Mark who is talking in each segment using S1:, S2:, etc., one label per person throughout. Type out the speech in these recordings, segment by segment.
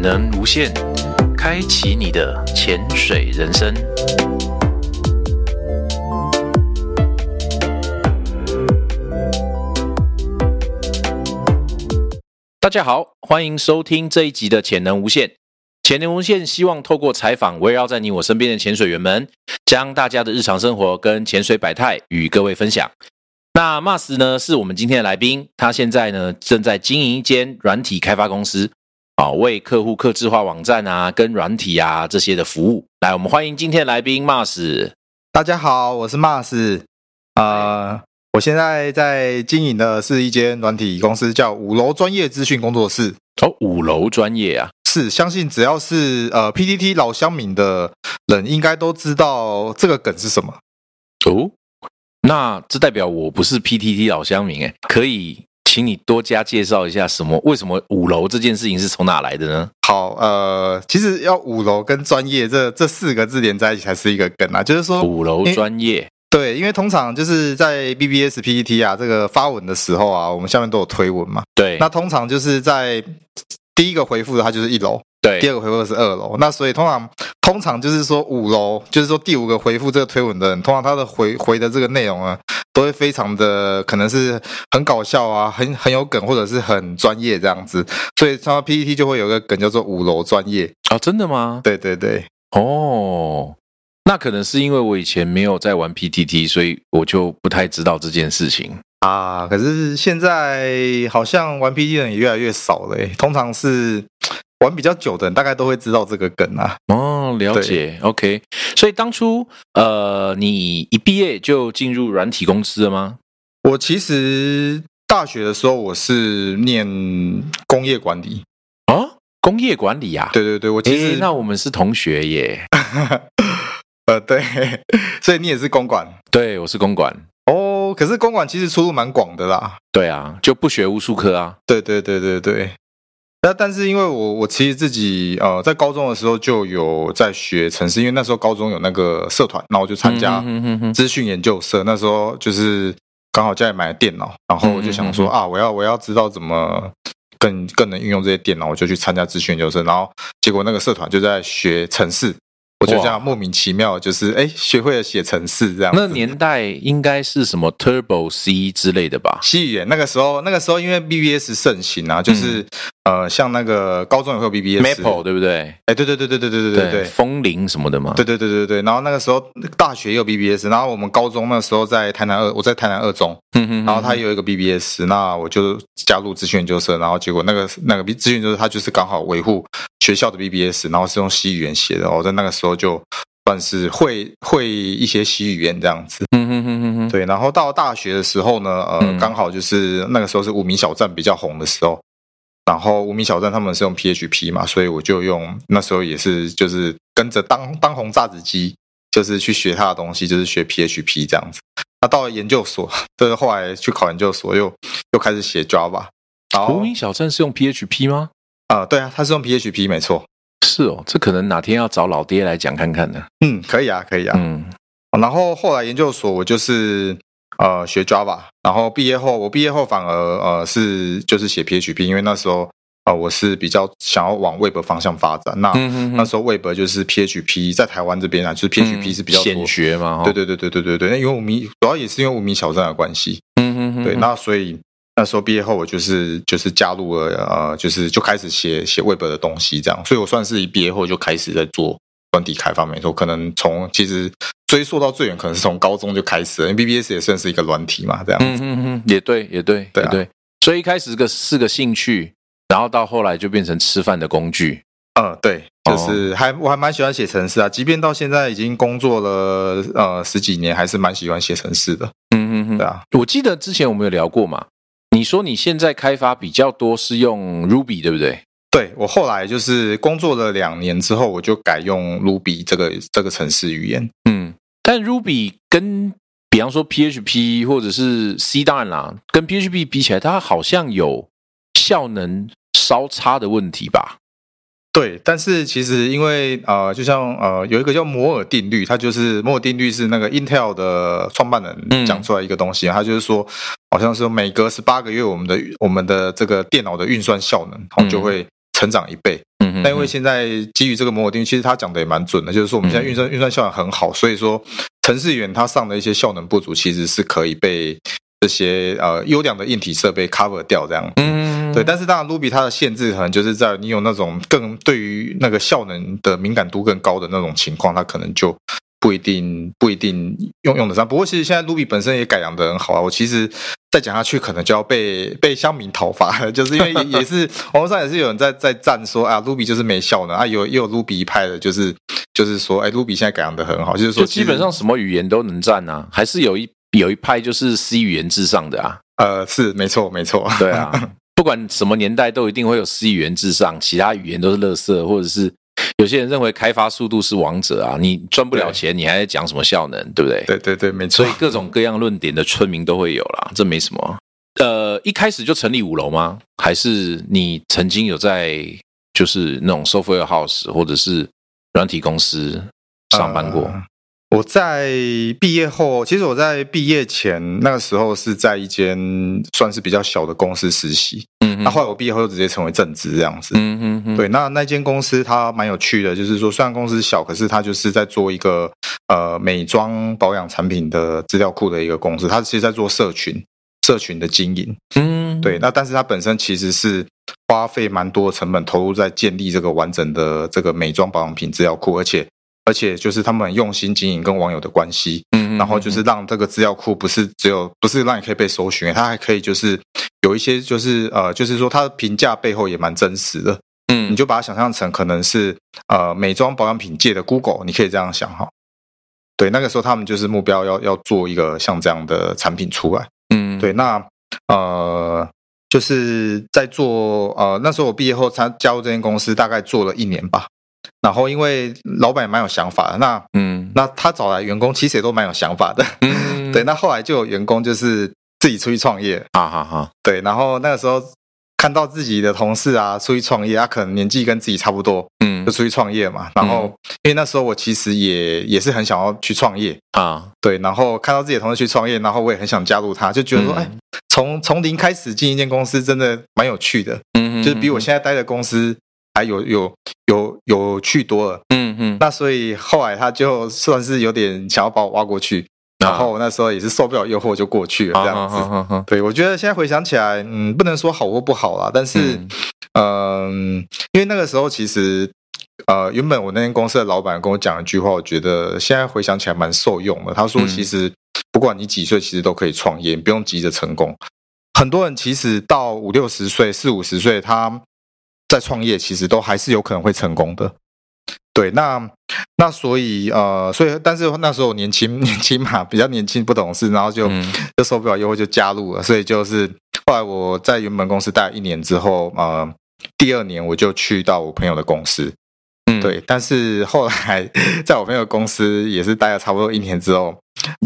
S1: 能无限，开启你的潜水人生。大家好，欢迎收听这一集的《潜能无限》。潜能无限希望透过采访，围绕在你我身边的潜水员们，将大家的日常生活跟潜水百态与各位分享。那 Mas 呢是我们今天的来宾，他现在呢正在经营一间软体开发公司，啊，为客户客制化网站啊、跟软体啊这些的服务。来，我们欢迎今天的来宾 Mas。
S2: 大家好，我是 Mars。呃，我现在在经营的是一间软体公司，叫五楼专业资讯工作室。
S1: 哦，五楼专业啊，
S2: 是，相信只要是呃 PTT 老乡民的人，应该都知道这个梗是什么。
S1: 哦，那这代表我不是 PTT 老乡民哎，可以请你多加介绍一下什么？为什么五楼这件事情是从哪来的呢？
S2: 好，呃，其实要五楼跟专业这这四个字连在一起才是一个梗啊，就是说
S1: 五楼专业
S2: 对，因为通常就是在 BBS、PTT 啊这个发文的时候啊，我们下面都有推文嘛，
S1: 对
S2: 那通常就是在第一个回复的它就是一楼。第
S1: 对
S2: 二个回复是二楼，那所以通常通常就是说五楼，就是说第五个回复这个推文的人，通常他的回回的这个内容啊，都会非常的可能是很搞笑啊，很很有梗，或者是很专业这样子，所以他 PPT 就会有一个梗叫做五楼专业，
S1: 啊，真的吗？
S2: 对对对，
S1: 哦，那可能是因为我以前没有在玩 PTT，所以我就不太知道这件事情。
S2: 啊，可是现在好像玩 PPT 的人也越来越少了、欸，通常是玩比较久的人大概都会知道这个梗啊，
S1: 哦，了解，OK。所以当初呃，你一毕业就进入软体公司了吗？
S2: 我其实大学的时候我是念工业管理。
S1: 啊，工业管理呀、啊。
S2: 对对对，我其
S1: 诶
S2: 实、
S1: 那我们是同学耶。
S2: 呃对，所以你也是公馆
S1: 对，我是公管。
S2: 哦。可是公馆其实出路蛮广的啦。
S1: 对啊，就不学无术科啊。
S2: 对对对对对。那但是因为我我其实自己呃在高中的时候就有在学城市，因为那时候高中有那个社团，然后我就参加
S1: 嗯哼哼哼哼
S2: 资讯研究社。那时候就是刚好家里买了电脑，然后我就想说
S1: 嗯嗯嗯
S2: 啊，我要我要知道怎么更更能运用这些电脑，我就去参加资讯研究社。然后结果那个社团就在学城市，我就这样莫名其妙就是哎学会了写城市这样子。
S1: 那年代应该是什么 Turbo C 之类的吧？
S2: 西语言那个时候，那个时候因为 BBS 盛行啊，就是、呃，像那个高中也会有
S1: 嗯
S2: BBS
S1: Maple 对不对？
S2: 哎，对对对对对对对对对
S1: 风铃什么的嘛。
S2: 对对对对对。然后那个时候大学也有 BBS，然后我们高中那时候在台南二，我在台南二中，
S1: 嗯哼哼
S2: 然后他也有一个 BBS，那我就加入资讯研究社，然后结果那个那个资讯研究社他就是刚好维护学校的 BBS，然后是用西语言写的，我在那个时候就算是会会一些西语言这样子。
S1: 嗯哼哼哼哼，
S2: 对，然后到大学的时候呢，呃
S1: 嗯，
S2: 刚好就是那个时候是无名小站比较红的时候，然后无名小站他们是用 PHP 嘛，所以我就用那时候也是就是跟着当当红炸子鸡，就是去学他的东西，就是学 PHP 这样子。那到了研究所，就是后来去考研究所，又又开始写 Java，然
S1: 无
S2: 后
S1: 名小站是用 PHP 吗？
S2: 啊、呃对啊，他是用 PHP 没错，
S1: 是哦，这可能哪天要找老爹来讲看看呢。
S2: 嗯，可以啊，可以啊，
S1: 嗯，
S2: 然后后来研究所我就是呃学 Java，然后毕业后我毕业后反而呃是就是写 PHP，因为那时候呃我是比较想要往 Web 方向发展。那、
S1: 嗯
S2: 那时候 Web 就是 PHP 在台湾这边啊，就是 PHP 是比较多。
S1: 显学嘛，哦
S2: 对，对对对对对对，那因为无名主要也是因为无名小站的关系，
S1: 嗯哼哼，
S2: 对，那所以那时候毕业后我就是就是加入了呃，就是就开始写写 Web 的东西这样，所以我算是一毕业后就开始在做软体开发，没错，可能从其实追溯到最远，可能是从高中就开始了，因为 BBS 也算是一个软体嘛，这样子。
S1: 嗯哼哼，也对，也对，
S2: 对啊
S1: 也对。所以一开始个是个兴趣，然后到后来就变成吃饭的工具。
S2: 嗯，对，
S1: 哦
S2: 就是还我还蛮喜欢写程式啊，即便到现在已经工作了呃十几年，还是蛮喜欢写程式的，
S1: 嗯哼
S2: 对
S1: 哼，
S2: 啊。
S1: 我记得之前我们有聊过嘛，你说你现在开发比较多是用 Ruby 对不对？
S2: 对我后来就是工作了两年之后，我就改用 Ruby 这个这个程式语言。
S1: 嗯，但 Ruby 跟比方说 PHP 或者是 C 当然啦，跟 PHP 比起来，它好像有效能稍差的问题吧？
S2: 对，但是其实因为呃，就像呃，有一个叫摩尔定律，它就是摩尔定律是那个 Intel 的创办
S1: 嗯
S2: 人讲出来一个东西，它就是说，好像是每隔十八个月，我们的我们的这个电脑的运算效能，然后
S1: 嗯
S2: 就会成长一倍。
S1: 嗯嗯哼，
S2: 那因为现在基于这个摩尔定律，其实他讲的也蛮准的，就是说我们
S1: 嗯
S2: 现在运算运算效能很好，所以说程序员他上的一些效能不足，其实是可以被这些呃优良的硬体设备 cover 掉这样。
S1: 嗯，
S2: 对，但是当然，Ruby 它的限制可能就是在你有那种更对于那个效能的敏感度更高的那种情况，它可能就不一定不一定用用得上。不过其实现在 Ruby 本身也改良的很好啊，我其实再讲下去可能就要被被乡民讨伐 了，就是因为也也是网络上也是有人在在赞说 啊，Ruby 就是没效能啊，有也有 Ruby 一派的，就是就是说，哎，Ruby 现在改良的很好，就是说
S1: 就
S2: 其
S1: 基
S2: 实
S1: 本上什么语言都能占啊，还是有一有一派就是 C 语言至上的 啊，
S2: 呃是没错没错，
S1: 对啊，不管什么年代都一定会有 C 语言至上，其他语言都是垃圾，或者是有些人认为开发速度是王者啊，你赚不了
S2: 对
S1: 钱，你还在讲什么效能，对不对？
S2: 对对对没错
S1: 所以。各种各样论点的村民都会有啦，这没什么。呃，一开始就成立五楼吗？还是你曾经有在就是那种 software house 或者是软体公司上班过？
S2: 呃我在毕业后，其实我在毕业前那个时候是在一间算是比较小的公司实习，
S1: 嗯
S2: 那、
S1: 哼
S2: 后来我毕业后就直接成为正职这样子。
S1: 嗯哼哼，
S2: 对，那那间公司它蛮有趣的，就是说虽然公司小，可是它就是在做一个呃美妆保养产品的资料库的一个公司，它其实在做社群社群的经营。
S1: 嗯，
S2: 对，那但是它本身其实是花费蛮多的成本投入在建立这个完整的这个美妆保养品资料库，而且而且就是他们很用心经营跟网友的关系，
S1: 嗯，嗯
S2: 然后就是让这个资料库不是只有不是让你可以被搜寻，它还可以就是有一些就是呃就是说它的评价背后也蛮真实的，
S1: 嗯
S2: 你就把它想象成可能是呃美妆保养品界的 Google，你可以这样想哈。对，那个时候他们就是目标要要做一个像这样的产品出来。
S1: 嗯，
S2: 对，那呃，就是在做呃，那时候我毕业后参加入这间公司，大概做了一年吧。然后因为老板也蛮有想法的，那
S1: 嗯
S2: 那他找来员工其实也都蛮有想法的。
S1: 嗯，
S2: 对，那后来就有员工就是自己出去创业，
S1: 哈啊哈哈，
S2: 对，然后那个时候看到自己的同事啊出去创业，他、可能年纪跟自己差不多，
S1: 嗯
S2: 就出去创业嘛。然后、因为那时候我其实也也是很想要去创业，
S1: 啊，
S2: 对，然后看到自己的同事去创业，然后我也很想加入他，就觉得说，
S1: 嗯
S2: 哎、从从零开始进一间公司真的蛮有趣的，
S1: 嗯，
S2: 就是比我现在待的公司还有有有有趣多了。
S1: 嗯嗯，
S2: 那所以后来他就算是有点想要把我挖过去，
S1: 啊
S2: 然后我那时候也是受不了诱惑就过去了这样子。
S1: 子，
S2: 对，我觉得现在回想起来，嗯，不能说好或不好啦，但是，
S1: 嗯
S2: 嗯，因为那个时候其实，呃，原本我那间公司的老板跟我讲一句话，我觉得现在回想起来蛮受用的。他说，
S1: 嗯
S2: 其实不管你几岁，其实都可以创业，你不用急着成功。很多人其实到五六十岁、四五十岁，他在创业，其实都还是有可能会成功的。对，那那所以呃，所以但是那时候我年轻 年轻嘛，比较年轻不懂事，然后就、
S1: 嗯
S2: 就受不了诱惑就加入了，所以就是后来我在原本公司待了一年之后，呃，第二年我就去到我朋友的公司，
S1: 嗯，
S2: 对，但是后来 在我朋友的公司也是待了差不多一年之后，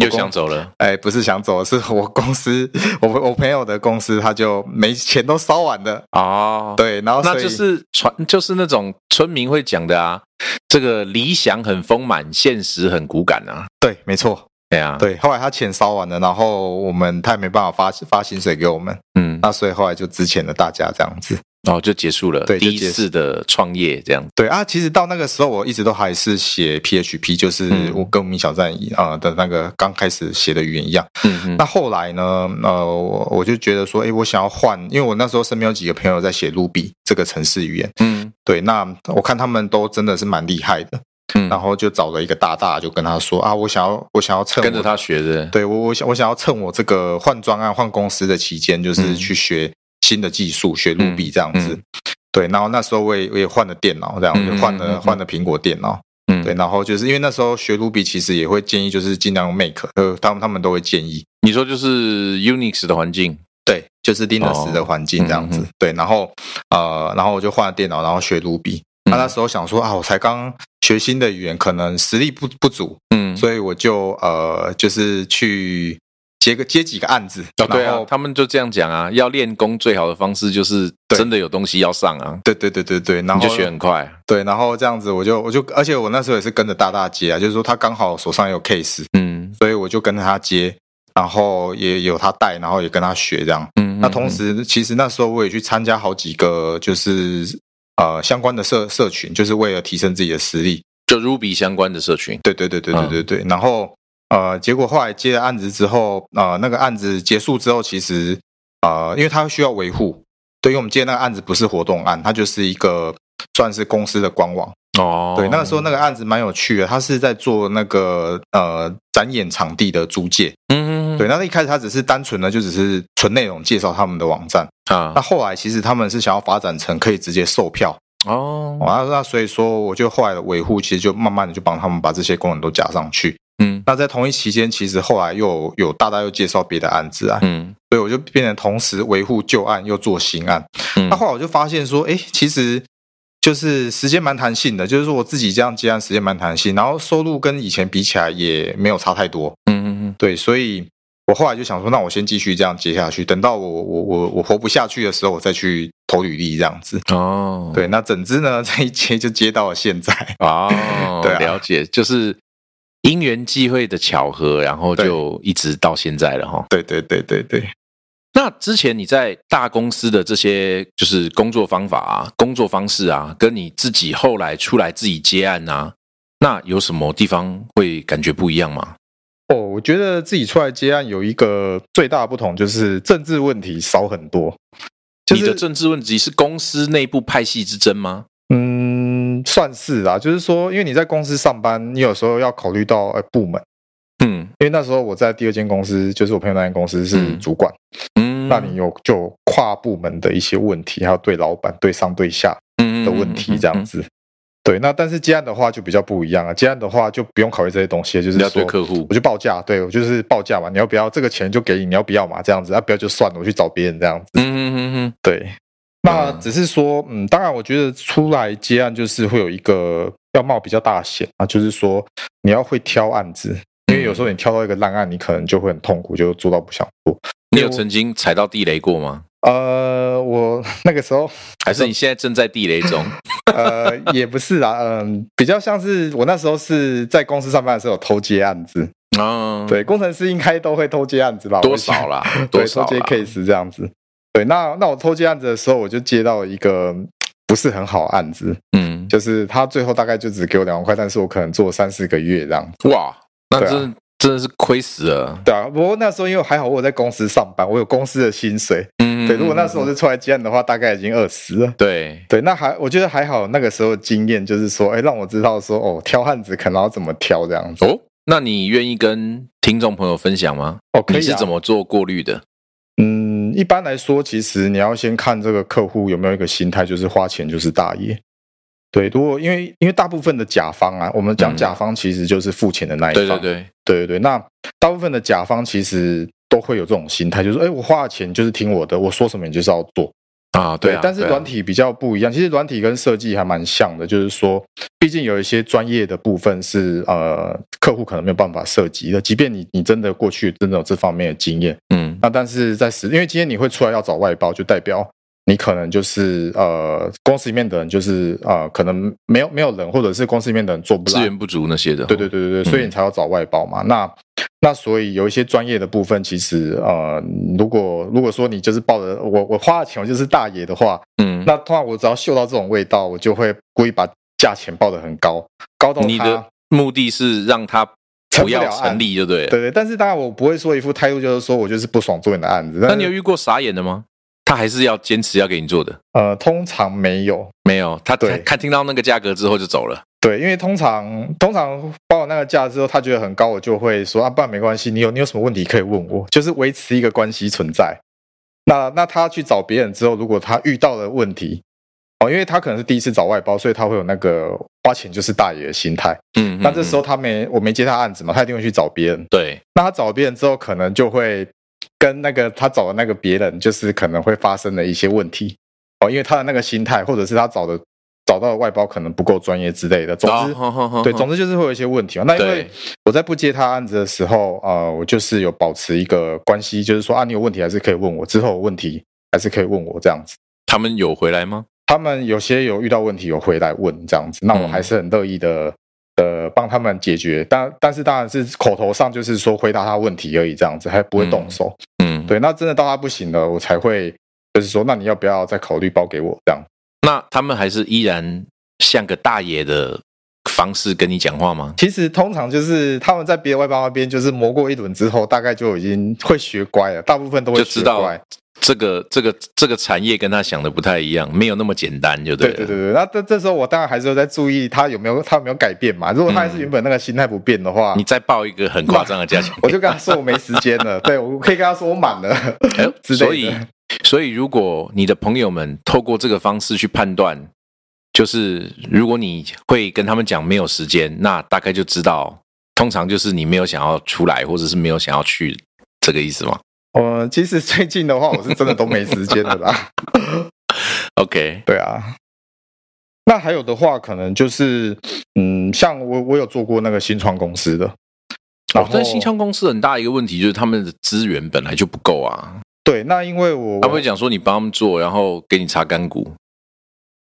S1: 又想走了，
S2: 哎，不是想走，是我公司我我朋友的公司他就没钱都烧完了，
S1: 哦，
S2: 对，然后
S1: 那
S2: 所以
S1: 就是传，就是那种村民会讲的啊，这个理想很丰满，现实很骨感啊，
S2: 对，没错，
S1: 对啊，，
S2: 对，后来他钱烧完了，然后我们他也没办法发发薪水给我们，
S1: 嗯，
S2: 那所以后来就支遣了大家这样子。
S1: 然后就结束了
S2: 对
S1: 第一
S2: 就结束
S1: 次的创业，这样，
S2: 对啊，其实到那个时候，我一直都还是写 PHP，就是
S1: 嗯
S2: 我跟米小站一啊、呃的那个刚开始写的语言一样。
S1: 嗯
S2: 那后来呢，呃，我我就觉得说，诶，我想要换，因为我那时候身边有几个朋友在写 Ruby 这个城市语言，
S1: 嗯
S2: 对，那我看他们都真的是蛮厉害的，
S1: 嗯
S2: 然后就找了一个大大，就跟他说啊，我想要，我想要趁
S1: 跟着
S2: 我
S1: 他学的，
S2: 对我，我想我想要趁我这个换专案、换公司的期间，就是
S1: 嗯
S2: 去学新的技术，学
S1: 嗯
S2: Ruby 这样子。
S1: 嗯
S2: 对，然后那时候我也我也换了电脑，这样
S1: 嗯
S2: 我就换
S1: 嗯嗯
S2: 了
S1: 嗯
S2: 换了苹果电脑。
S1: 嗯
S2: 对，然后就是因为那时候学 Ruby，其实也会建议就是尽量用 Make，呃，他们他们都会建议。
S1: 你说就是 Unix 的环境，
S2: 对，就是 Linux
S1: 哦
S2: 的环境这样子。
S1: 嗯嗯
S2: 对，然后呃，然后我就换了电脑，然后学 Ruby。那、
S1: 嗯
S2: 那时候想说啊，我才刚学新的语言，可能实力不不足，
S1: 嗯，
S2: 所以我就呃，就是去接个接几个案子。
S1: 哦，对
S2: 然
S1: 啊
S2: 后，
S1: 他们就这样讲啊，要练功最好的方式就是
S2: 对
S1: 真的有东西要上啊，
S2: 对对对对对，然
S1: 你
S2: 后
S1: 就学很快，
S2: 对，然后这样子我就我就，而且我那时候也是跟着大大接啊，就是说他刚好手上有 case，
S1: 嗯
S2: 所以我就跟着他接，然后也有他带，然后也跟他学这样。
S1: 嗯，
S2: 那同时，其实那时候我也去参加好几个就是呃相关的社社群，就是为了提升自己的实力。
S1: 就 Ruby 相关的社群，
S2: 对对对对
S1: 嗯
S2: 对对对。然后呃，结果后来接了案子之后，呃，那个案子结束之后，其实呃，因为它需要维护，对，因为我们接那个案子不是活动案，它就是一个算是公司的官网。
S1: 哦
S2: 对，那个时候那个案子蛮有趣的，他是在做那个呃展演场地的租借。
S1: 嗯，
S2: 对，那一开始他只是单纯的就只是纯内容介绍他们的网站，那
S1: 啊，
S2: 后来其实他们是想要发展成可以直接售票。
S1: 哦
S2: 哦，，那那所以说，我就后来的维护，其实就慢慢的就帮他们把这些功能都加上去。
S1: 嗯
S2: 那在同一期间，其实后来又有有大大又介绍别的案子啊，
S1: 嗯
S2: 所以我就变成同时维护旧案又做新案。
S1: 嗯
S2: 那后来我就发现说，哎，其实就是时间蛮弹性的，就是说我自己这样接案时间蛮弹性，然后收入跟以前比起来也没有差太多。
S1: 嗯嗯
S2: 对，所以我后来就想说，那我先继续这样接下去，等到我我我我活不下去的时候，我再去投履历这样子。
S1: 嗯，哦，
S2: 对，那整支呢， 这一接就接到了现在。，
S1: 哦
S2: 对啊
S1: 了解，就是因缘际会的巧合，然后就一直到现在了哈。
S2: 对对对对对，
S1: 那之前你在大公司的这些就是工作方法啊、工作方式啊，跟你自己后来出来自己接案啊，那有什么地方会感觉不一样吗？
S2: 哦，我觉得自己出来接案有一个最大的不同就是政治问题少很多，就
S1: 你的
S2: 是
S1: 政治问题是公司内部派系之争吗？
S2: 嗯，算是啦、就是说，因为你在公司上班，你有时候要考虑到呃部门，
S1: 嗯
S2: 因为那时候我在第二间公司，就是我朋友那间公司是
S1: 嗯
S2: 主管，
S1: 嗯，
S2: 那你有就有跨部门的一些问题，还有对老板、对上、对下的
S1: 的
S2: 问题
S1: 嗯
S2: 这样子。对，那但是接案的话就比较不一样啊，接案的话就不用考虑这些东西，就
S1: 嗯
S2: 是
S1: 你要
S2: 说
S1: 对客户
S2: 我就报价，对我就是报价嘛，你要不要这个钱就给你，你要不要嘛这样子，啊不要就算了，我去找别人这样子。
S1: 嗯嗯嗯嗯
S2: 对，那
S1: 嗯
S2: 只是说，嗯，当然我觉得出来接案就是会有一个要冒比较大的险啊，就是说你要会挑案子，因为有时候你挑到一个烂案，你可能就会很痛苦，就做到不想做。
S1: 你有曾经踩到地雷过吗？
S2: 呃，我 那个时候
S1: 还是你现在正在地雷 中？
S2: 呃也不是啦，嗯、比较像是我那时候是在公司上班的时候有偷接案子，
S1: 嗯，
S2: 对，工程师应该都会偷接案子吧？
S1: 多
S2: 我想
S1: 少啦？
S2: 对，
S1: 多少
S2: 偷接
S1: 啦？
S2: case 这样子。对，那那我偷接案子的时候，我就接到一个嗯不是很好的案子，
S1: 嗯，
S2: 就是他最后大概就只给我两万块，但是我可能做三四个月这样。
S1: 哇，那
S2: 对啊
S1: 真的真的是亏死了。
S2: 对啊，不过那时候因为还好我有在公司上班，我有公司的薪水。
S1: 嗯，
S2: 对，如果那时候是出来接案的话，大概已经二十了。
S1: 对，
S2: 对，那还我觉得还好，那个时候的经验就是说，哎，让我知道说，哦，挑案子可能要怎么挑这样子。
S1: 哦，那你愿意跟听众朋友分享吗？
S2: 哦，可以、啊。
S1: 你是怎么做过滤的？
S2: 嗯，一般来说，其实你要先看这个客户有没有一个心态，就是花钱就是大爷。对，如果因为因为大部分的甲方啊，我们讲
S1: 嗯
S2: 甲方其实就是付钱的那一
S1: 对
S2: 方，
S1: 对
S2: 对
S1: 对，
S2: 对对那大部分的甲方其实都会有这种心态，就是哎，我花了钱就是听我的，我说什么你就是要做。
S1: 啊，对啊，
S2: 但是
S1: 对啊
S2: 软体比较不一样，其实软体跟设计还蛮像的，就是说，毕竟有一些专业的部分是呃客户可能没有办法涉及的，即便你你真的过去真的有这方面的经验。
S1: 嗯
S2: 那但是在实，因为今天你会出来要找外包，就代表你可能就是呃公司里面的人就是呃可能没有没有人，或者是公司里面的人做不
S1: 资
S2: 来。
S1: 源不足那嗯些的，
S2: 对对，对对对，所以你才要找外包嘛。那那所以有一些专业的部分，其实呃，如果如果说你就是抱着我我花了钱我就是大爷的话，
S1: 嗯，
S2: 那通常我只要嗅到这种味道，我就会故意把价钱报得很高，高到
S1: 你
S2: 他
S1: 的目的是让他不
S2: 成不了
S1: 要成
S2: 案
S1: 立，就对了。
S2: 对对。但是当然我不会说一副态度就是说我就是不爽做你的案子，
S1: 那
S2: 但
S1: 你有
S2: 是
S1: 遇过傻眼的吗？他还是要坚持要给你做的？
S2: 呃通常没有，
S1: 没有，他
S2: 对
S1: 看听到那个价格之后就走了。
S2: 对，因为通常通常报那个价之后，他觉得很高，我就会说啊，不然没关系，你有你有什么问题可以问我，就是维持一个关系存在。那那他去找别人之后，如果他遇到了问题，哦，因为他可能是第一次找外包，所以他会有那个花钱就是大爷的心态。
S1: 嗯，
S2: 那这时候
S1: 嗯
S2: 他没我没接他案子嘛，他一定会去找别人
S1: 嗯。对，
S2: 那他找别人之后，可能就会跟那个他找的那个别人，就是可能会发生的一些问题哦，因为他的那个心态，或者是他找的找到的外包可能不够专业之类的。总
S1: 哦啊
S2: 之，
S1: 之
S2: 对，总之就是会有一些问题嘛。那因为
S1: 嗯对
S2: 我在不接他案子的时候，呃，我就是有保持一个关系，就是说啊，你有问题还是可以问我，之后有问题还是可以问我这样子。
S1: 他们有回来吗？
S2: 他们有些有遇到问题有回来问这样子，那
S1: 嗯
S2: 我还是很乐意的。呃，帮他们解决，但但是当然是口头上就是说回答他问题而已，这样子还不会动手。
S1: 嗯，
S2: 对，那真的到他不行了，我才会就是说，那你要不要再考虑包给我这样？
S1: 那他们还是依然像个大爷的方式跟你讲话吗？
S2: 其实通常就是他们在别的外包那边就是磨过一轮之后，大概就已经会学乖了，大部分都会
S1: 就
S2: 学
S1: 知道
S2: 乖。
S1: 这个这个这个产业跟他想的不太一样，没有那么简单，就对
S2: 对
S1: 了。
S2: 对对对，那这这时候我当然还是有在注意他有没有他有没有改变嘛。如果他还是原本那个心态不变的话，
S1: 你再报一个很夸张的价钱，
S2: 我就跟他说我没时间 了，对我可以跟他说我满了。
S1: 哎呦
S2: 之类的
S1: 所以所以如果你的朋友们透过这个方式去判断，就是如果你会跟他们讲没有时间，那大概就知道，通常就是你没有想要出来，或者是没有想要去，这个意思吗
S2: 我呃其实最近的话，我是真的都没时间了 啦。
S1: ？OK，
S2: 对啊，那还有的话，可能就是嗯，像我我有做过那个新创公司的，然
S1: 哦
S2: 后、，
S1: 但新创公司很大一个问题就是他们的资源本来就不够啊，
S2: 对，那因为我
S1: 他们会讲说你帮他们做，然后给你查干股，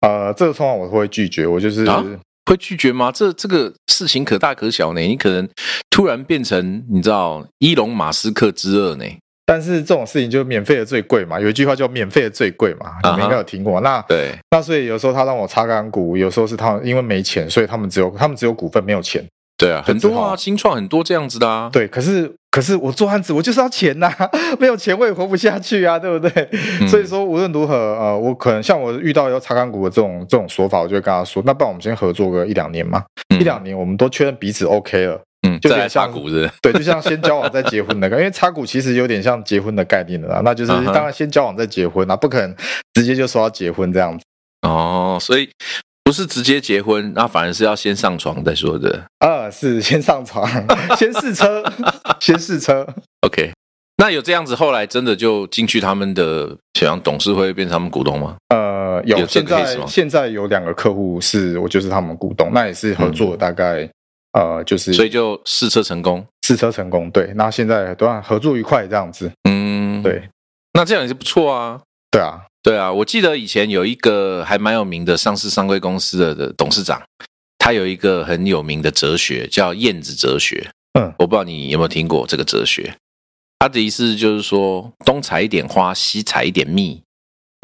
S2: 呃，这个通常我会拒绝，我就是、
S1: 啊会拒绝吗？这这个事情可大可小呢，你可能突然变成你知道伊隆马斯克之二呢，
S2: 但是这种事情就是免费的最贵嘛，有一句话叫“免费的最贵”嘛，你
S1: 啊
S2: 们
S1: 哈
S2: 应该有听过。那
S1: 对，
S2: 那所以有时候他让我擦干股，有时候是他因为没钱，所以他们只有他们只有股份没有钱。
S1: 对啊，
S2: 就
S1: 很多
S2: 只好
S1: 啊，新创很多这样子的啊。，
S2: 对，可是可是我做案子我就是要钱呐、 没有钱我也活不下去啊，对不对？
S1: 嗯
S2: 所以说无论如何，呃，我可能像我遇到要擦干股的这种这种说法，我就会跟他说，那不然我们先合作个一两年嘛，
S1: 嗯
S2: 一两年我们都确认彼此 OK 了，
S1: 嗯，
S2: 就
S1: 再
S2: 有
S1: 来
S2: 点
S1: 插
S2: 像
S1: 股子，
S2: 对，就像先交往再结婚的概念，因为插股其实有点像结婚的概念了啦，那就是
S1: 嗯哼
S2: 当然先交往再结婚啊，不可能直接就说要结婚这样子
S1: 哦，所以不是直接结婚，那反而是要先上床再说的。
S2: 二是先上床， 先试车， 先试车。
S1: OK，那有这样子，后来真的就进去他们的，想董事会变成他们股东吗？
S2: 呃，有
S1: 有这
S2: 现
S1: 个 case 吗
S2: 在现在有两个客户是我就是他们股东，那也是合作大概、呃就是
S1: 所以就试车成功。
S2: 试车成功，对，那现在都合作愉快这样子，
S1: 嗯，，
S2: 对
S1: 那这样也是不错啊。
S2: 对啊，
S1: 对啊，我记得以前有一个还蛮有名的上市上柜公司的的董事长，他有一个很有名的哲学叫燕子哲学。
S2: 嗯
S1: 我不知道你有没有听过这个哲学。他的意思就是说，东采一点花，西采一点蜜，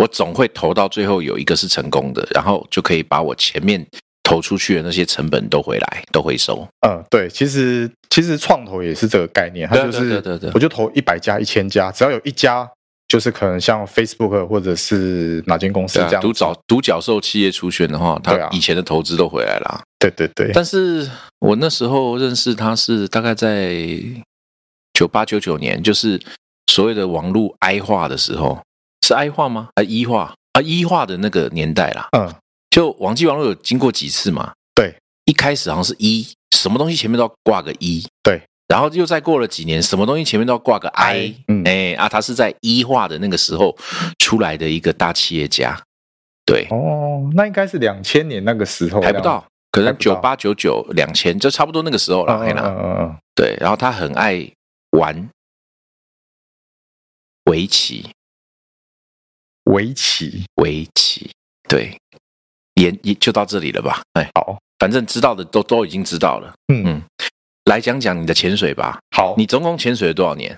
S1: 我总会投到最后有一个是成功的，然后就可以把我前面投出去的那些成本都回来，都回收。
S2: 嗯、对，其实其实创投也是这个概念，它
S1: 对啊
S2: 就是
S1: 对对对对
S2: 我就投一百家、一千家，只要有一家就是可能像 Facebook 或者是哪间公司
S1: 对
S2: 这
S1: 啊，
S2: 样子，
S1: 独角独角兽企业出现的话，
S2: 对
S1: 他
S2: 啊
S1: 以前的投资都回来了啊。
S2: 对对对，
S1: 但是我那时候认识他是大概在九八九九年，就是所谓的网络 I 化的时候，是 I 化吗？啊，一化啊，一化的那个年代啦。
S2: 嗯，
S1: 就网际网络有经过几次嘛？
S2: 对，
S1: 一开始好像是一，什么东西前面都要挂个一。
S2: 对，
S1: 然后又再过了几年，什么东西前面都要挂个 I。
S2: 嗯
S1: 哎啊，他是在一化的那个时候出来的一个大企业家。对，
S2: 哦，那应该是两千年那个时候，
S1: 还不到，可
S2: 还
S1: 能
S2: 不
S1: 九
S2: 到
S1: 八九九两千，就差不多那个时候
S2: 这样，
S1: 了。
S2: 嗯
S1: 嘿
S2: 嗯
S1: 啦
S2: 嗯嗯嗯。
S1: 对，然后他很爱玩围棋，
S2: 围棋，
S1: 围棋，对，也也就到这里了吧？哎，
S2: 好，
S1: 反正知道的都都已经知道了，
S2: 嗯
S1: 嗯来讲讲你的潜水吧。
S2: 好，
S1: 你总共潜水了多少年？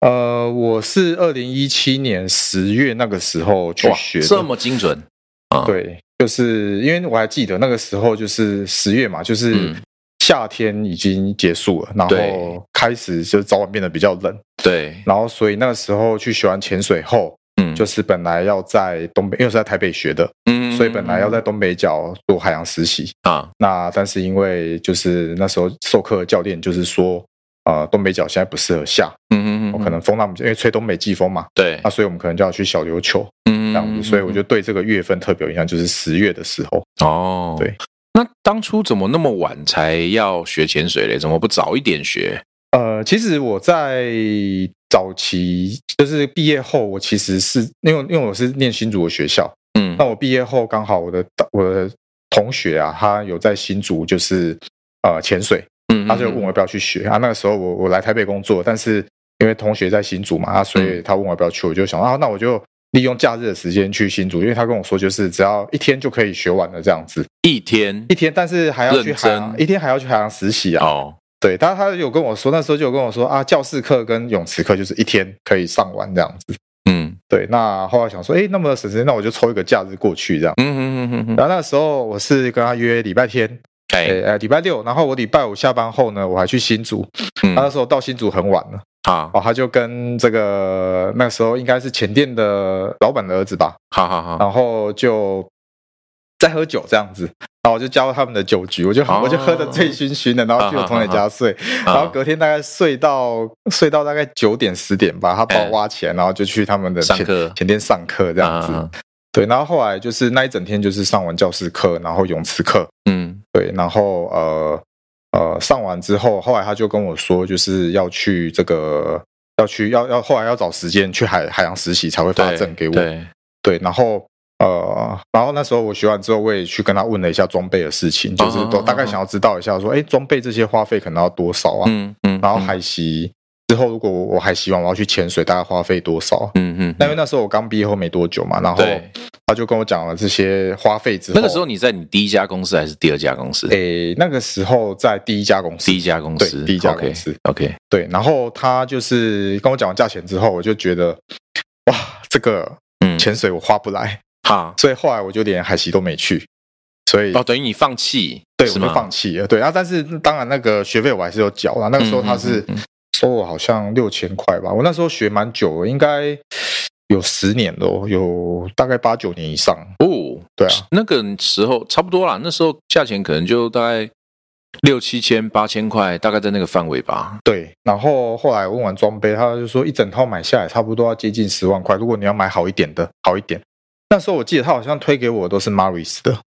S2: 呃，我是二零一七年十月那个时候去学的，
S1: 这么精准啊？，
S2: 对，就是因为我还记得那个时候就是十月嘛，就是
S1: 嗯夏
S2: 夏天已经结束了，然
S1: 对
S2: 后开始就早晚变得比较冷，
S1: 对，
S2: 然后所以那个时候去学完潜水后，
S1: 嗯，
S2: 就是本来要在东北，因为我是在台北学的，
S1: 嗯
S2: 所以本来要在东北角做海洋实习，
S1: 啊，
S2: 那但是因为就是那时候授课的教练就是说，呃，东北角现在不适合下。
S1: 嗯嗯嗯
S2: 我
S1: 嗯，
S2: 可能风浪比较因为吹东北季风嘛，
S1: 对
S2: 那，所以我们可能就要去小琉球
S1: 嗯
S2: 这样子，所以我就对这个月份特别有印象，就是十月的时候。
S1: 哦，
S2: 对。
S1: 那当初怎么那么晚才要学潜水嘞？怎么不早一点学？
S2: 呃，其实我在早期就是毕业后，我其实是因为因为我是念新竹的学校，
S1: 嗯
S2: 那我毕业后刚好我的我的同学啊，他有在新竹就是呃潜水，
S1: 嗯，
S2: 他就问我要不要去学啊。那个时候我我来台北工作，但是因为同学在新竹嘛，啊，所
S1: 嗯
S2: 以他问我要不要去，我就想啊，那我就利用假日的时间去新竹，因为他跟我说就是只要一天就可以学完了这样子，
S1: 一天
S2: 一天，但是还要去海
S1: 认
S2: 洋，
S1: 真
S2: 一天还要去海洋实习啊。
S1: 哦，
S2: 对，但他有跟我说，那时候就有跟我说啊，教室课跟泳池课就是一天可以上完这样子。
S1: 嗯
S2: 对，那后来想说，哎，那么省时间，那我就抽一个假日过去这样。
S1: 嗯嗯嗯嗯嗯，
S2: 然后那时候我是跟他约礼拜天，
S1: 哎，
S2: 诶呃，礼拜六，然后我礼拜五下班后呢，我还去新竹，他
S1: 嗯，
S2: 那时候到新竹很晚了，
S1: 好，
S2: 哦，他就跟这个那时候应该是前店的老板的儿子吧，
S1: 好好好，
S2: 然后就在喝酒这样子，然后我就加入他们的酒局，我就、
S1: 哦
S2: 我就喝得醉醺醺的，然后去我同学家睡，
S1: 嗯
S2: 然
S1: 啊
S2: 后隔天大概睡到睡到大概九点十点吧，他把我挖起来，然后就去他们的
S1: 哎上
S2: 前
S1: 课
S2: 前店上课这样子，
S1: 啊
S2: 对，然后后来就是那一整天就是上完教室课，然后泳池课，
S1: 嗯
S2: 对，然后呃呃上完之后，后来他就跟我说，就是要去这个。要去要要，后来要找时间去海海洋实习才会发
S1: 嗯对
S2: 证给我。
S1: 对，
S2: 对，然后呃，然后那时候我学完之后，我也去跟他问了一下装备的事情，就是
S1: 哦
S2: 都大概想要知道一下说，哎，装备这些花费可能要多少啊？
S1: 嗯嗯，
S2: 然后海习之后，如果我我还希望我要去潜水，大概花费多少啊？
S1: 嗯嗯，
S2: 那因为那时候我刚毕业后没多久嘛，然后
S1: 对，
S2: 他就跟我讲了这些花费之后，
S1: 那个时候你在你第一家公司还是第二家公司？
S2: 诶，那个时候在第一家公司
S1: 第一，家公司，
S2: 对第一家公司
S1: OK，
S2: 对，然后他就是跟我讲完价钱之后，我就觉得哇，这个
S1: 嗯，
S2: 潜水我花不来，
S1: 好，
S2: 所以后来我就连海习都没去，所以
S1: 哦，等于你放弃，
S2: 对，我
S1: 是
S2: 就
S1: 吗？
S2: 放弃了。对，啊，但是当然那个学费我还是有缴啦。那个时候他是
S1: 嗯嗯嗯
S2: 收我好像六千块吧，我那时候学蛮久了，应该有十年了哦，有大概八九年以上。
S1: 哦，
S2: 对啊，
S1: 那个时候差不多啦，那时候价钱可能就大概六七千、八千块，大概在那个范围吧。
S2: 对。然后后来问完装备，他就说一整套买下来差不多要接近十万块，如果你要买好一点的，好一点。那时候我记得他好像推给我的都是 Maris 的，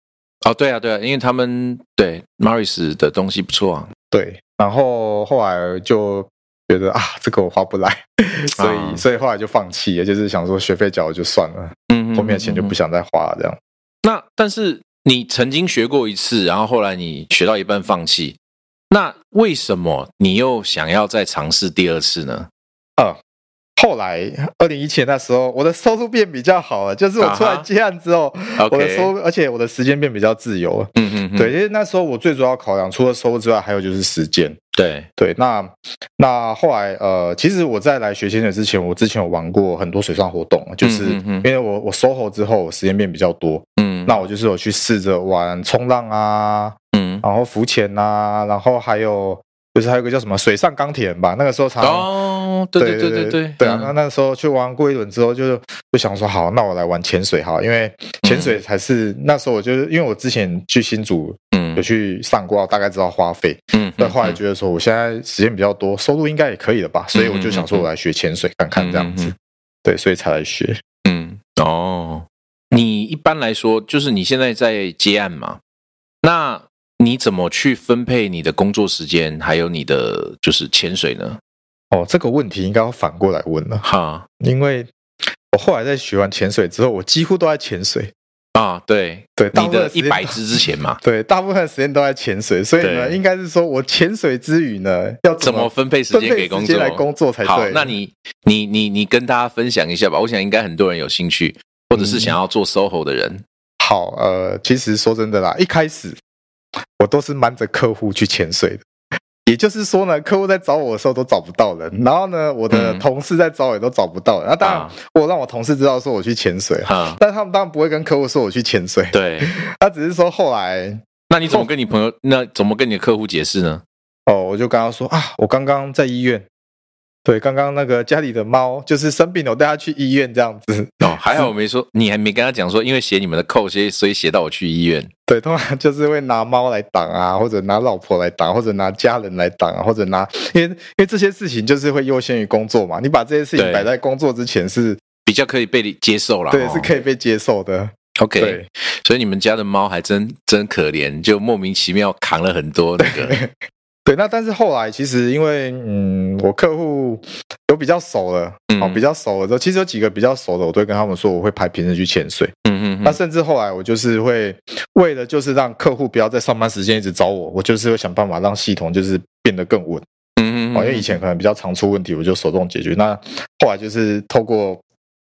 S1: 哦，对啊，对啊，因为他们对 Maris 的东西不错啊，
S2: 对。然后后来就觉得啊，这个我花不来， 所以、
S1: 啊
S2: 所以后来就放弃了，就是想说学费缴了就算了。
S1: 嗯，嗯
S2: 后面的钱就不。想再花了这样。
S1: 嗯嗯那但是你曾经学过一次，然后后来你学到一半放弃，那为什么你又想要再尝试第二次呢？
S2: 啊后来二零一七年那时候，我的收入变比较好了，就是我出来接案之后
S1: 啊哈 OK
S2: 哦我的收入，而且我的时间变比较自由了。
S1: 嗯嗯嗯
S2: 对，因为那时候我最主要考量除了收入之外，还有就是时间。
S1: 对，
S2: 对，那那后来呃，其实我在来学潜水之前，我之前有玩过很多水上活动，就是
S1: 嗯嗯嗯
S2: 因为我我收后之后，我时间变比较多，
S1: 嗯，
S2: 那我就是有去试着玩冲浪啊，
S1: 嗯
S2: 然后浮潜啊，然后还有就是还有一个叫什么水上钢铁人吧，那个时候常
S1: 哦，对对对
S2: 对
S1: 对对，
S2: 对啊！
S1: 嗯
S2: 那那时候去玩过一轮之后就，就想说好，那我来玩潜水哈，因为潜水才是、那时候我就是因为我之前去新竹
S1: 嗯
S2: 有去上过，啊大概知道花费，
S1: 嗯，
S2: 但后来觉得说我现在时间比较多，收入应该也可以了吧，所以我就想说我来学潜水看看这样
S1: 嗯
S2: 子
S1: 嗯，
S2: 对，所以才来学。
S1: 嗯，哦，你一般来说就是你现在在接案嘛？那你怎么去分配你的工作时间，还有你的就是潜水呢？
S2: 哦，这个问题应该要反过来问了，
S1: 哈
S2: 因为我后来在学完潜水之后，我几乎都在潜水，
S1: 啊，对，
S2: 对，大
S1: 你
S2: 部分
S1: 的
S2: 时
S1: 一
S2: 间
S1: 百
S2: 都
S1: 只之前嘛，
S2: 对，大部分时间都在潜水，所以呢，
S1: 对
S2: 应该是说我潜水之余呢，要
S1: 怎么分配时
S2: 分
S1: 间
S2: 配
S1: 给
S2: 时
S1: 工
S2: 间
S1: 作？
S2: 来工作才
S1: 好
S2: 对。，
S1: 那你你你你跟大家分享一下吧，我想应该很多人有兴趣，或者是
S2: 嗯
S1: 想要做 SOHO 的人。
S2: 好呃，其实说真的啦，一开始我都是瞒着客户去潜水的。也就是说呢，客户在找我的时候都找不到人，然后呢，我的
S1: 嗯
S2: 同事在找我也都找不到人。那、当然
S1: 啊，
S2: 我让我同事知道说我去潜水，
S1: 哈，
S2: 但他们当然不会跟客户说我去潜水。
S1: 对，
S2: 他只是说后来
S1: 那你怎么跟你朋 友，那怎么跟你的客户解释呢？
S2: 哦，我就跟他说啊，我刚刚在医院，对，刚刚那个家里的猫就是生病了，我带它去医院这样子。
S1: 哦，还好我没说，你还没跟他讲说，因为写你们的扣，所以所以写到我去医院。
S2: 对，通常就是会拿猫来挡啊，或者拿老婆来挡，或者拿家人来挡啊，或者拿，因为因为这些事情就是会优先于工作嘛。你把这些事情
S1: 对
S2: 摆在工作之前是，
S1: 比较可以被接受啦。
S2: 对，
S1: 哦
S2: 是可以被接受的。
S1: OK。
S2: 对，
S1: 所以你们家的猫还真真可怜，就莫名其妙扛了很多那个。
S2: 对。那但是后来其实因为嗯，我客户有比较熟了，
S1: 嗯
S2: 哦，比较熟了之后，其实有几个比较熟的，我都会跟他们说我会排平日去潜水。
S1: 嗯嗯
S2: 那
S1: 嗯，
S2: 甚至后来我就是会为了就是让客户不要在上班时间一直找我，我就是会想办法让系统就是变得更稳。
S1: 嗯嗯嗯
S2: 哦，因为以前可能比较常出问题，我就手动解决。那后来就是透过，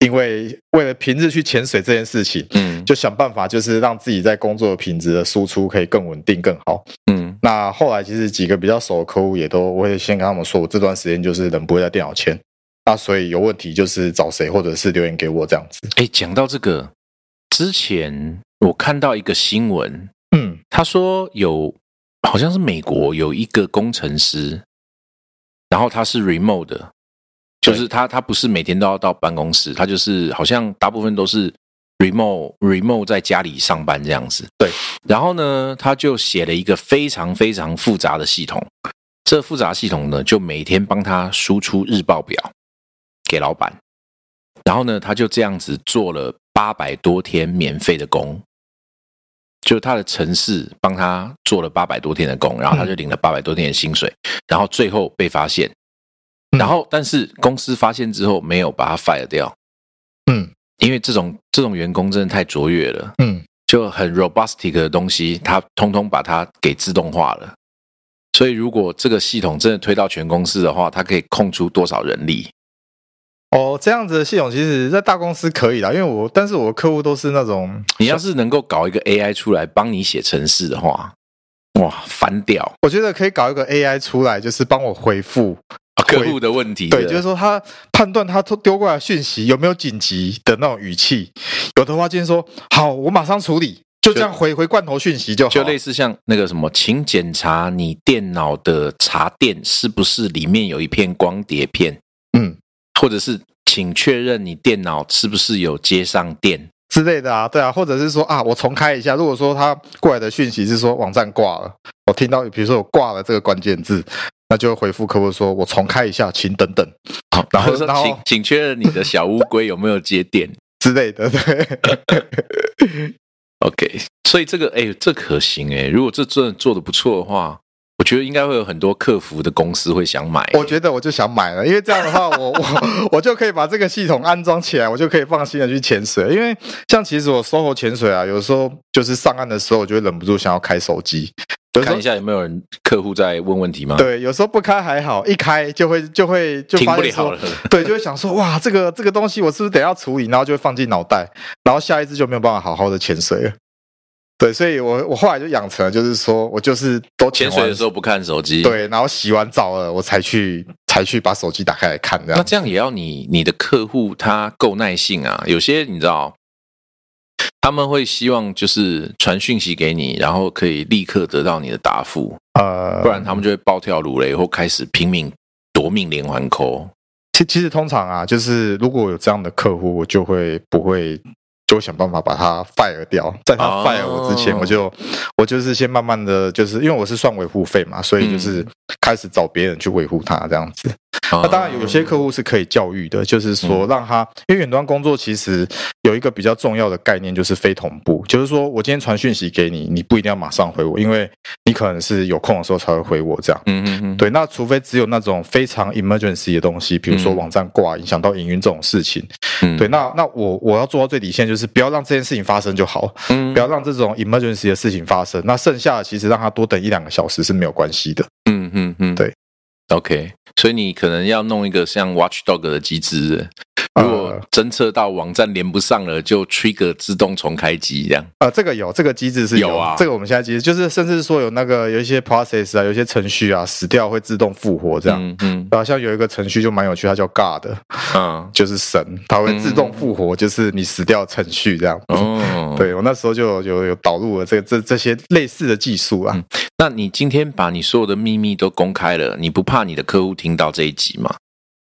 S2: 因为为了平日去潜水这件事情，
S1: 嗯
S2: 就想办法就是让自己在工作的品质的输出可以更稳定更好。
S1: 嗯
S2: 那后来其实几个比较熟的客户也都，我也先跟他们说，我这段时间就是人不会在电脑前，那所以有问题就是找谁，或者是留言给我这样子。
S1: 哎，讲到这个，之前我看到一个新闻，
S2: 嗯，
S1: 他说有好像是美国有一个工程师，然后他是 remote 的，就是他他不是每天都要到办公室，他就是好像大部分都是 remote remote 在家里上班这样子。
S2: 对，
S1: 然后呢，他就写了一个非常非常复杂的系统，这复杂系统呢就每天帮他输出日报表给老板，然后呢，他就这样子做了八百多天免费的工。就是他的城市帮他做了八百多天的工，然后他就领了八百多天的薪水，然后最后被发现，
S2: 嗯
S1: 然后但是公司发现之后没有把他 fire 掉，
S2: 嗯
S1: 因为这种这种员工真的太卓越了，
S2: 嗯，
S1: 就很 robustic 的东西，它通通把它给自动化了。所以如果这个系统真的推到全公司的话，它可以空出多少人力？
S2: 哦，这样子的系统其实在大公司可以啦，因为我但是我的客户都是那种，
S1: 你要是能够搞一个 AI 出来帮你写程式的话，哇，翻掉
S2: 我觉得可以搞一个 AI 出来，就是帮我回复
S1: 啊客户的问题。
S2: 对，就是说他判断他丢过来的讯息有没有紧急的那种语气，有的话就是说好，我马上处理，就这样回回罐头讯息就好。
S1: 就类似像那个什么，请检查你电脑的茶垫是不是里面有一片光碟片，
S2: 嗯
S1: 或者是请确认你电脑是不是有接上电。
S2: 之类的啊，对啊，或者是说啊，我重开一下。如果说他过来的讯息是说网站挂了，我听到比如说我挂了这个关键字，那就回复客户说我重开一下，请等等
S1: 好，
S2: 然后
S1: 说
S2: 然后
S1: 请请确认你的小乌龟有没有接电。
S2: 之类的。对，
S1: OK，所以这个哎、这可行哎、如果这真的做的不错的话，我觉得应该会有很多客服的公司会想买、
S2: 我觉得我就想买了，因为这样的话，我我我就可以把这个系统安装起来，我就可以放心的去潜水。因为像其实我 SOHO 潜水啊，有时候就是上岸的时候，我就会忍不住想要开手机，有时
S1: 看
S2: 候
S1: 一下有没有人客户在问问题吗？，
S2: 对，有时候不开还好，一开就会就会就
S1: 停
S2: 发
S1: 不
S2: 现
S1: 了
S2: 说
S1: 了。。
S2: 对，就会想说哇，这个这个东西我是不是得要处理，然后就会放进脑袋，然后下一次就没有办法好好的潜水了。对，所以我我后来就养成了，就是说我就是都
S1: 潜水的时
S2: 候，
S1: 候不看手机，，
S2: 对，然后洗完澡了，我才去才去把手机打开来看，这
S1: 那
S2: 样
S1: 这样也要你你的客户他够耐性啊。有些你知道，他们会希望就是传讯息给你，然后可以立刻得到你的答复，
S2: 呃，
S1: 不然他们就会暴跳如雷，或开始拼命夺命连环扣。
S2: 其其实通常啊，就是如果有这样的客户，我就会不会就会想办法把他 fire 掉，在他
S1: 哦
S2: fire 我之前，我就我就是先慢慢的就是因为我是算维护费嘛，所以
S1: 嗯
S2: 就是开始找别人去维护他这样子。那
S1: 那
S2: 啊哦当然，有些客户是可以教育的，就是
S1: 嗯
S2: 说让他，因为远端工作其实有一个比较重要的概念，就是非同步，就是说我今天传讯息给你，你不一定要马上回我，因为你可能是有空的时候才会回我这样。
S1: 嗯嗯嗯，
S2: 对，那除非只有那种非常 emergency 的东西，比如说
S1: 嗯
S2: 网站挂影响到营运这种事情，
S1: 嗯
S2: 对，，那那我我要做到最底线，就是不要让这件事情发生就好，
S1: 嗯
S2: 不要让这种 emergency 的事情发生。那剩下的其实让他多等一两个小时是没有关系的。
S1: 嗯嗯嗯，
S2: 对
S1: ，OK，所以你可能要弄一个像 Watchdog 的机制，
S2: 呃
S1: 如果侦测到网站连不上了，就 trigger 自动重开机这样。
S2: 呃，这个有，这个机制是
S1: 有啊
S2: 这个我们现在机制就是，甚至说有那个有一些 process 啊，有一些程序啊死掉会自动复活这样。
S1: 嗯嗯
S2: 然后像有一个程序就蛮有趣，它叫 God，
S1: 嗯，
S2: 就是神，它会自动复活，就是你死掉的程序这样。
S1: 哦，。
S2: 对我那时候就有有有导入了这这这些类似的技术
S1: 嗯
S2: 啊。
S1: 那你今天把你所有的秘密都公开了，你不怕你的客户听到这一集吗？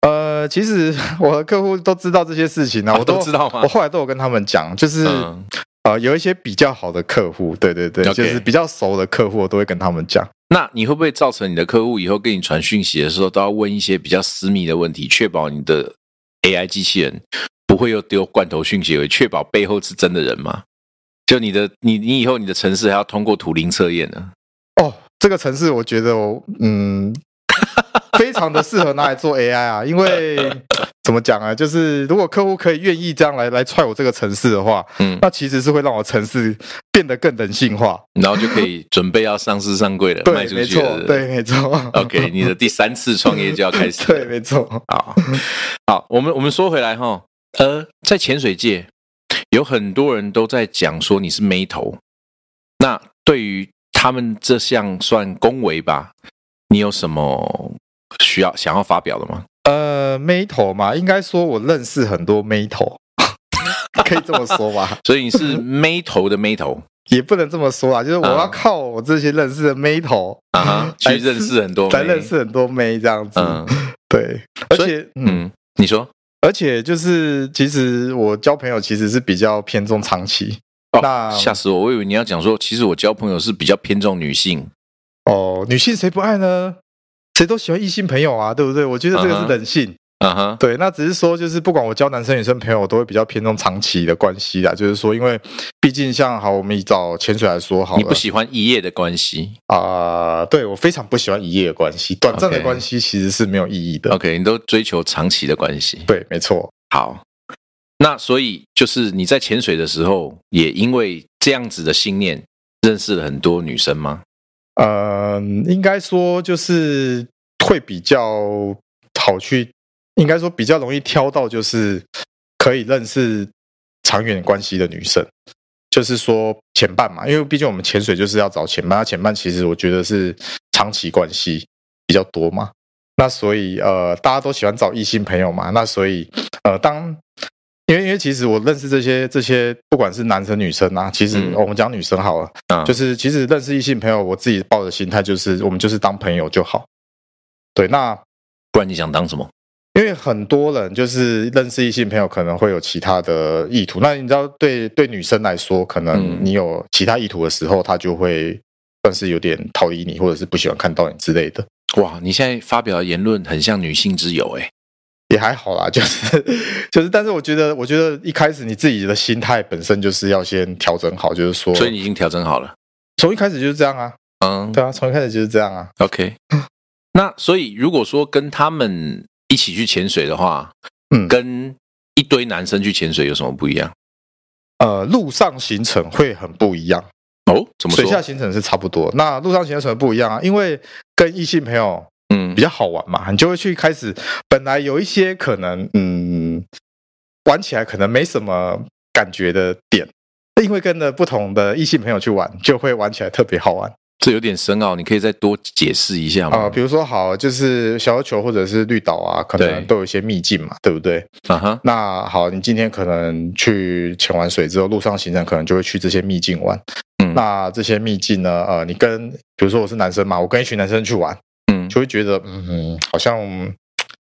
S2: 呃，其实 我的客户都知道这些事情啊，
S1: 啊
S2: 我都
S1: 都知道吗
S2: 我后来都有跟他们讲，就是、
S1: 嗯
S2: 呃，有一些比较好的客户，对对对
S1: OK
S2: 就是比较熟的客户，我都会跟他们讲。
S1: 那你会不会造成你的客户以后跟你传讯息的时候，都要问一些比较私密的问题，确保你的 AI 机器人不会又丢罐头讯息回去，确保背后是真的人吗？就你的你你以后你的城市还要通过图灵测验呢？
S2: 哦，这个城市我觉得我嗯，非常的适合拿来做 AI 啊，因为怎么讲啊，就是如果客户可以愿意这样来来踹我这个城市的话，
S1: 嗯，
S2: 那其实是会让我城市变得更人性化。
S1: 然后就可以准备要上市上柜了，卖
S2: 对，
S1: 出
S2: 没
S1: 去
S2: 错
S1: 了。，
S2: 对，没错。
S1: OK，你的第三次创业就要开始了。
S2: 对，没错。
S1: 好，啊好，我们我们说回来哈，呃，在潜水界有很多人都在讲说你是妹头，那对于他们这项算恭维吧，你有什么需要想要发表的吗？
S2: 呃，metal 嘛，应该说我认识很多 metal，可以这么说吧？
S1: 所以你是妹头的妹 头
S2: 也不能这么说啊，就是我
S1: 嗯
S2: 要靠我这些认识的 metal
S1: 啊哈，去
S2: 来
S1: 认识很多妹，
S2: 来认识很多妹这样子。
S1: 嗯
S2: 对，而
S1: 所以
S2: 且嗯，
S1: 嗯，你说
S2: 而且就是其实我交朋友其实是比较偏重长期。
S1: 哦
S2: 那
S1: 吓死我，我以为你要讲说，其实我交朋友是比较偏重女性，
S2: 哦，女性谁不爱呢？谁都喜欢异性朋友啊，对不对？我觉得这
S1: 嗯
S2: 个是
S1: 哼
S2: 人性。
S1: 啊哈，
S2: 对，那只是说，就是不管我交男生女生朋友，我都会比较偏重长期的关系啦。就是说，因为毕竟像好，我们以找潜水来说好了，
S1: 你不喜欢一夜的关系
S2: 啊、对我非常不喜欢一夜的关系，短暂的
S1: OK
S2: 关系其实是没有意义的。
S1: ，OK，你都追求长期的关系，
S2: 对，没错，
S1: 好，那所以就是你在潜水的时候，也因为这样子的信念，认识了很多女生吗？
S2: 呃，应该说就是会比较好去，应该说比较容易挑到就是可以认识长远关系的女生，就是说前半嘛，因为毕竟我们潜水就是要找前半，那啊前半其实我觉得是长期关系比较多嘛，那所以呃，大家都喜欢找异性朋友嘛，那所以呃，当因为因为其实我认识这些这些，不管是男生女生啊，其实、
S1: 嗯
S2: 我们讲女生好了，
S1: 嗯
S2: 就是其实认识异性朋友，我自己抱的心态就是我们就是当朋友就好。对，那
S1: 不然你想当什么？
S2: 因为很多人就是认识异性朋友，可能会有其他的意图。那你知道对，对女生来说，可
S1: 嗯
S2: 能你有其他意图的时候，她就会算是有点逃离你，或者是不喜欢看到你之类的。
S1: 哇，你现在发表的言论很像女性之友哎、
S2: 也还好啦，就是 就是，但是我觉得，我觉得一开始你自己的心态本身就是要先调整好，就是说，
S1: 所以你已经调整好了。
S2: 从一开始就是这样啊，
S1: 嗯
S2: 对啊，从一开始就是这样啊，
S1: ，OK。那所以如果说跟他们一起去潜水的话，
S2: 嗯，
S1: 跟一堆男生去潜水有什么不一样？
S2: 呃，陆上行程会很不一样，
S1: 哦，怎么
S2: 水下
S1: 说？
S2: 行程是差不多。那陆上行程不一样啊，因为跟异性朋友
S1: 嗯
S2: 比，较好玩嘛，你就会去开始，本来有一些可能，嗯，玩起来可能没什么感觉的点，因为跟着不同的异性朋友去玩，就会玩起来特别好玩
S1: 这有点深奥，你可以再多解释一下
S2: 啊、
S1: 吗？
S2: 比如说，好，就是小琉球或者是绿岛啊，可
S1: 对
S2: 能都有一些秘境嘛，对不对？
S1: 啊哈，
S2: 那好，你今天可能去潜完水之后，路上行程可能就会去这些秘境玩。
S1: 嗯
S2: 那这些秘境呢，呃，你跟比如说我是男生嘛，我跟一群男生去玩，
S1: 嗯，
S2: 就会觉得嗯，好像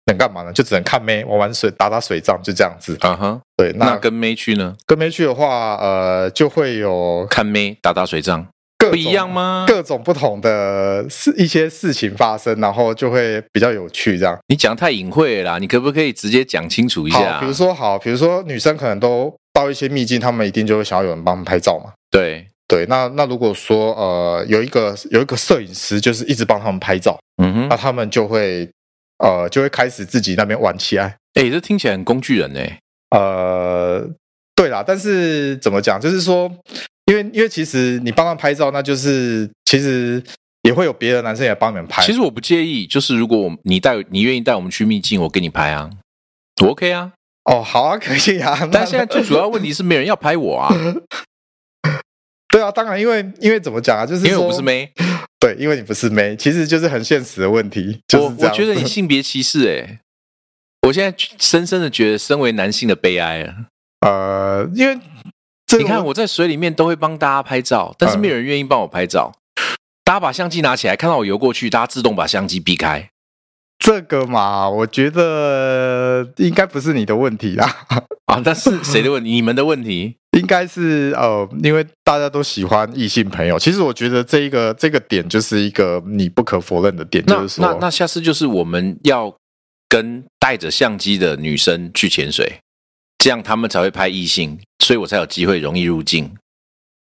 S2: 能干嘛呢？就只能看妹玩玩水，打打水仗，就这样子。
S1: 啊哈。
S2: 对，
S1: 那
S2: 那
S1: 跟妹去呢？
S2: 跟妹去的话，呃，就会有
S1: 看妹打打水仗，
S2: 各
S1: 不一样吗？
S2: 各种不同的事一些事情发生，然后就会比较有趣这样。
S1: 你讲太隐晦了啦，你可不可以直接讲清楚一下、
S2: 好，比如，说好，比如说女生可能都到一些秘境，她们一定就会想要有人帮她们拍照嘛。
S1: 对，
S2: 对，那那如果说呃有一个有一个摄影师就是一直帮他们拍照，
S1: 嗯哼，
S2: 那
S1: 哎、
S2: 他们就会呃就会开始自己那边玩起来。
S1: 这听起来很工具人哎、
S2: 呃，对啦，但是怎么讲，就是说，因为因为其实你帮他拍照，那就是其实也会有别的男生也帮你们拍。
S1: 其实我不介意，就是如果我你带你愿意带我们去秘境，我给你拍啊，我 OK 啊。
S2: 哦，好啊，可以啊。那
S1: 但现在最主要问题是没人要拍我 啊，
S2: 对啊，当然，因为因为怎么讲啊，就是
S1: 因为我
S2: 说
S1: 不是，妹，
S2: 对，因为你不是妹，其实就是很现实的问题。 就是
S1: 我
S2: 这
S1: 我
S2: 样
S1: 觉得你性别歧视哎、我现在深深的觉得身为男性的悲哀了。
S2: 呃，因为这
S1: 你看我在水里面都会帮大家拍照，但是
S2: 嗯
S1: 没有人愿意帮我拍照。大家把相机拿起来，看到我游过去，大家自动把相机避开。
S2: 这个嘛，我觉得应该不是你的问题啦，
S1: 啊，但是谁的问题？你们的问题？
S2: 应该是呃，因为大家都喜欢异性朋友。其实我觉得这一个这个点就是一个你不可否认的点，
S1: 那
S2: 就是说，
S1: 那那下次就是我们要跟带着相机的女生去潜水，这样他们才会拍异性，所以我才有机会容易入境。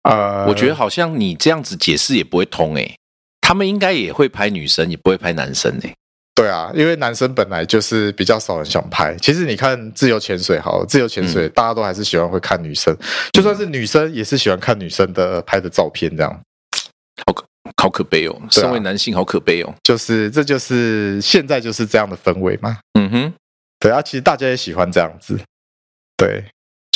S2: 呃，
S1: 我觉得好像你这样子解释也不会通诶、他们应该也会拍女生，也不会拍男生欸诶、
S2: 对啊，因为男生本来就是比较少人想拍。其实你看自由潜水好了，自由潜
S1: 嗯
S2: 水、大家都还是喜欢会看女生，就算是女生也是喜欢看女生的拍的照片，这样
S1: 好可悲哦，
S2: 对啊
S1: 身为男性好可悲哦。
S2: 就是这就是现在就是这样的氛围嘛。
S1: 嗯哼，
S2: 对啊，其实大家也喜欢这样子，对。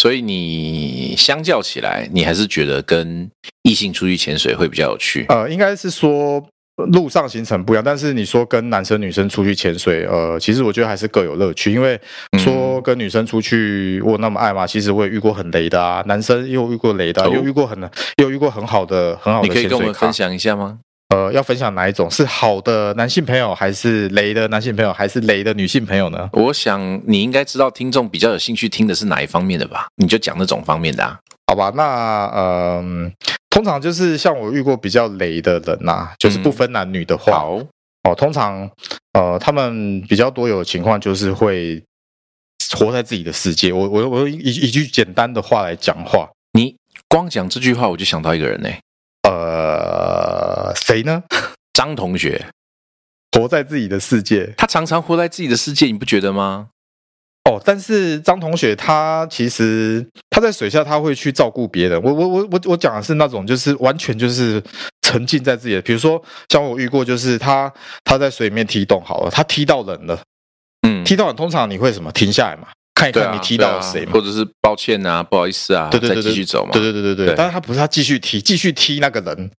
S1: 所以你相较起来，你还是觉得跟异性出去潜水会比较有趣。
S2: 呃，应该是说路上行程不一样，但是你说跟男生女生出去潜水，呃，其实我觉得还是各有乐趣。因为
S1: 啊嗯
S2: 说跟女生出去，我那么爱嘛，其实我也遇过很雷的啊，男生又遇过雷的啊、
S1: 哦
S2: 又遇过很又遇过很好的很好
S1: 你
S2: 的
S1: 可以
S2: 潜
S1: 跟我
S2: 水
S1: 们
S2: 咖
S1: 分。享一下吗？
S2: 呃，要分享哪一种是好的男性朋友，还是雷的男性朋友，还是雷的女性朋友呢？
S1: 我想你应该知道听众比较有兴趣听的是哪一方面的吧？你就讲那种方面的啊。
S2: 好吧，那嗯、通常就是像我遇过比较雷的人呐、就是不分男女的话，
S1: 嗯好，
S2: 哦，通常呃，他们比较多有的情况就是会活在自己的世界。我我我用一一句简单的话来讲话，
S1: 你光讲这句话我就想到一个人呢、
S2: 呃，谁呢？
S1: 张同学，
S2: 活在自己的世界
S1: 他常常活在自己的世界，你不觉得吗？
S2: 哦，但是张同学他其实他在水下他会去照顾别人。我我我我我讲的是那种就是完全就是沉浸在自己的，比如说像我遇过就是他他在水里面踢洞好了，他踢到人了，
S1: 嗯，
S2: 踢到人通常你会什么停下来嘛，看一
S1: 对
S2: 看
S1: 啊，
S2: 你踢到了
S1: 对啊
S2: 谁嘛
S1: 或。者是抱歉啊，不好意思啊，
S2: 对对对
S1: 再继
S2: 对
S1: 续走嘛。
S2: 对对对对
S1: 对
S2: 对，但是他不是他继续踢，继续踢那个人，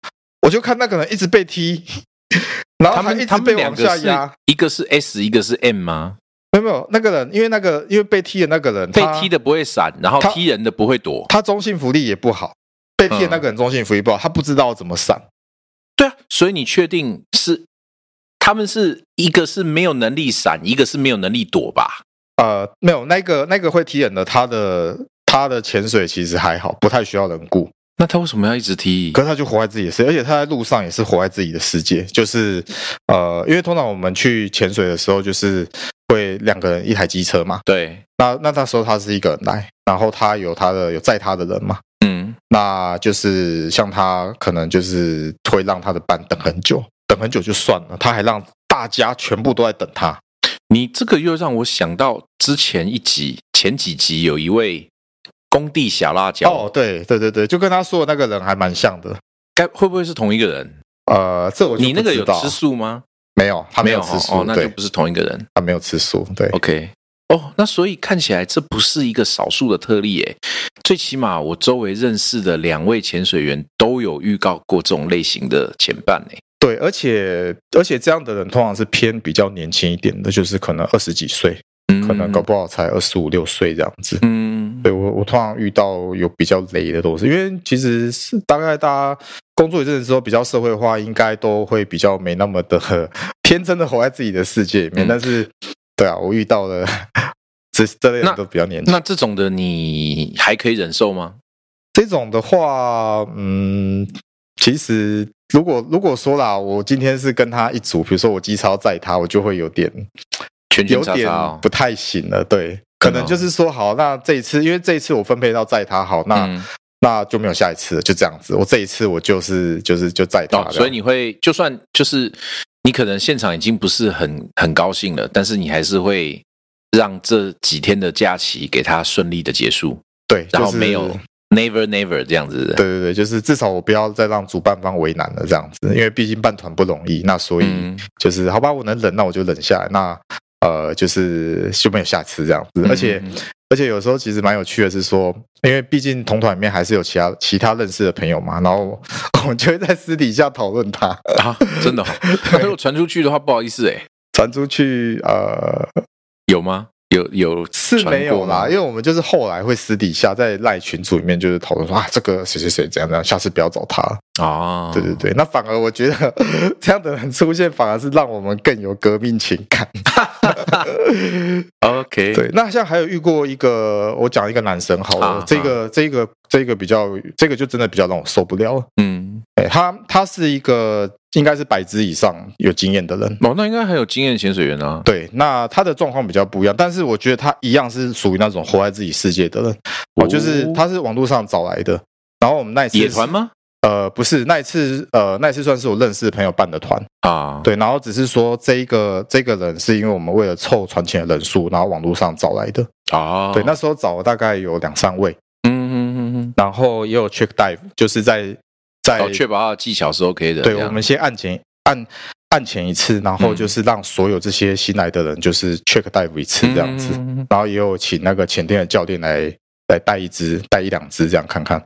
S2: 我就看那个人一直被踢， 然
S1: 他
S2: 后他
S1: 们
S2: 一
S1: 他
S2: 直
S1: 们
S2: 被
S1: 两
S2: 往
S1: 个
S2: 下
S1: 是
S2: 压。
S1: 一个是 S，一个是 M 吗？
S2: 没有没有，那个人因为那个因为被踢的那个人，
S1: 被
S2: 他
S1: 踢的不会闪，然后
S2: 他
S1: 踢人的不会躲。
S2: 他中性福利也不好，被踢的那个人中性福利不好，他不知道怎么闪。
S1: 对啊，所以你确定是他们是一个是没有能力闪，一个是没有能力躲吧？
S2: 呃，没有那个那个会踢人的，他的他的潜水其实还好，不太需要人顾。
S1: 那他为什么要一直踢？
S2: 可是他就活在自己的世界，而且他在路上也是活在自己的世界，就是呃，因为通常我们去潜水的时候，就是会两个人一台机车嘛，
S1: 对，
S2: 那那那时候他是一个人来，然后他有他的有载他的人嘛，
S1: 嗯，
S2: 那就是像他可能就是会让他的班等很久，等很久就算了，他还让大家全部都在等他。
S1: 你这个又让我想到之前一集、前几集有一位工地小辣椒，
S2: 哦，对对对对，就跟他说的那个人还蛮像的。
S1: 该会不会是同一个人？
S2: 呃，这我就
S1: 你那
S2: 不
S1: 个
S2: 知
S1: 有
S2: 道
S1: 吃素吗？
S2: 没有？他有
S1: 哦
S2: 吃素，
S1: 哦，那就
S2: 对，
S1: 不是同一个人。
S2: 他没有吃素，对。
S1: OK，哦，那所以看起来这不是一个少数的特例诶，最起码我周围认识的两位潜水员都有预告过这种类型的前伴诶。
S2: 对，而且而且这样的人通常是偏比较年轻一点的，就是可能二十几岁，
S1: 嗯
S2: 可能搞不好才二十五六岁这样子。
S1: 嗯
S2: 对我，我通常遇到有比较雷的都是，因为其实是大概大家工作一阵子之后比较社会化，应该都会比较没那么的呵天真的活在自己的世界里面。
S1: 嗯
S2: 但是，对啊，我遇到了这这类人都比较年轻。
S1: 那这种的你还可以忍受吗？
S2: 这种的话，嗯，其实如果如果说啦，我今天是跟他一组，比如说我机超载他，我就会有点
S1: 圈圈
S2: 有
S1: 叉
S2: 点
S1: 叉哦
S2: 不，太行了。对，可能就是说好，那这一次因为这一次我分配到载他好，那。
S1: 嗯
S2: 那就没有下一次了，就这样子。我这一次我就是就是就再打、
S1: 哦，所以你会就算就是你可能现场已经不是很很高兴了，但是你还是会让这几天的假期给他顺利的结束，
S2: 对，
S1: 然后
S2: 就是
S1: 没有、never never 这样子。
S2: 对对对，就是至少我不要再让主办方为难了这样子，因为毕竟办团不容易。那所以
S1: 嗯，
S2: 就是、好吧，我能忍，那我就忍下来。那呃，就是就没有下次这样子。而且、
S1: 嗯嗯嗯
S2: 而且有时候其实蛮有趣的是说，因为毕竟同团里面还是有其他其他认识的朋友嘛，然后我们就会在私底下讨论他
S1: 啊，真的、 哦，那如果传出去的话，不好意思哎、
S2: 传出去，呃，
S1: 有吗？有有
S2: 是没有啦，因
S1: 为
S2: 为我们就是后来会私底下在赖群组里面就是讨论说啊，这个谁谁谁怎样怎样，下次不要找他。
S1: 啊，
S2: 对对对，那反而我觉得 这样的人出现，反而是让我们更有革命情感。
S1: ，OK，
S2: 对，那像还有遇过一个，我讲一个男生好了，
S1: 啊
S2: 这个这个这个比较，这个就真的比较让我受不了了。
S1: 嗯，
S2: 哎，他他是一个应该是百只以上有经验的人。
S1: 哦，那应该很有经验的潜水员啊，
S2: 对，那他的状况比较不一样，但是我觉得他一样是属于那种活在自己世界的人。哦，就是他是网络上找来的。然后我们那一次
S1: 野团？吗？
S2: 呃，不是，那一次呃，那一次算是我认识的朋友办的团。
S1: 啊，，
S2: 对，然后只是说这一个这个人是因为我们为了凑船前的人数，然后网络上找来的。
S1: 哦，
S2: 对，那时候找了大概有两三位，
S1: 嗯嗯嗯嗯，
S2: 然后也有 check dive，就是在在、
S1: 哦，确保他的技巧是 OK 的，
S2: 哎对，
S1: 这样嗯
S2: 我们先按前按按前一次，然后就是让所有这些新来的人就是 check dive 一次这样子。
S1: 嗯嗯嗯嗯
S2: 然后也有请那个前店的教练来来带一只、带一两只这样看看。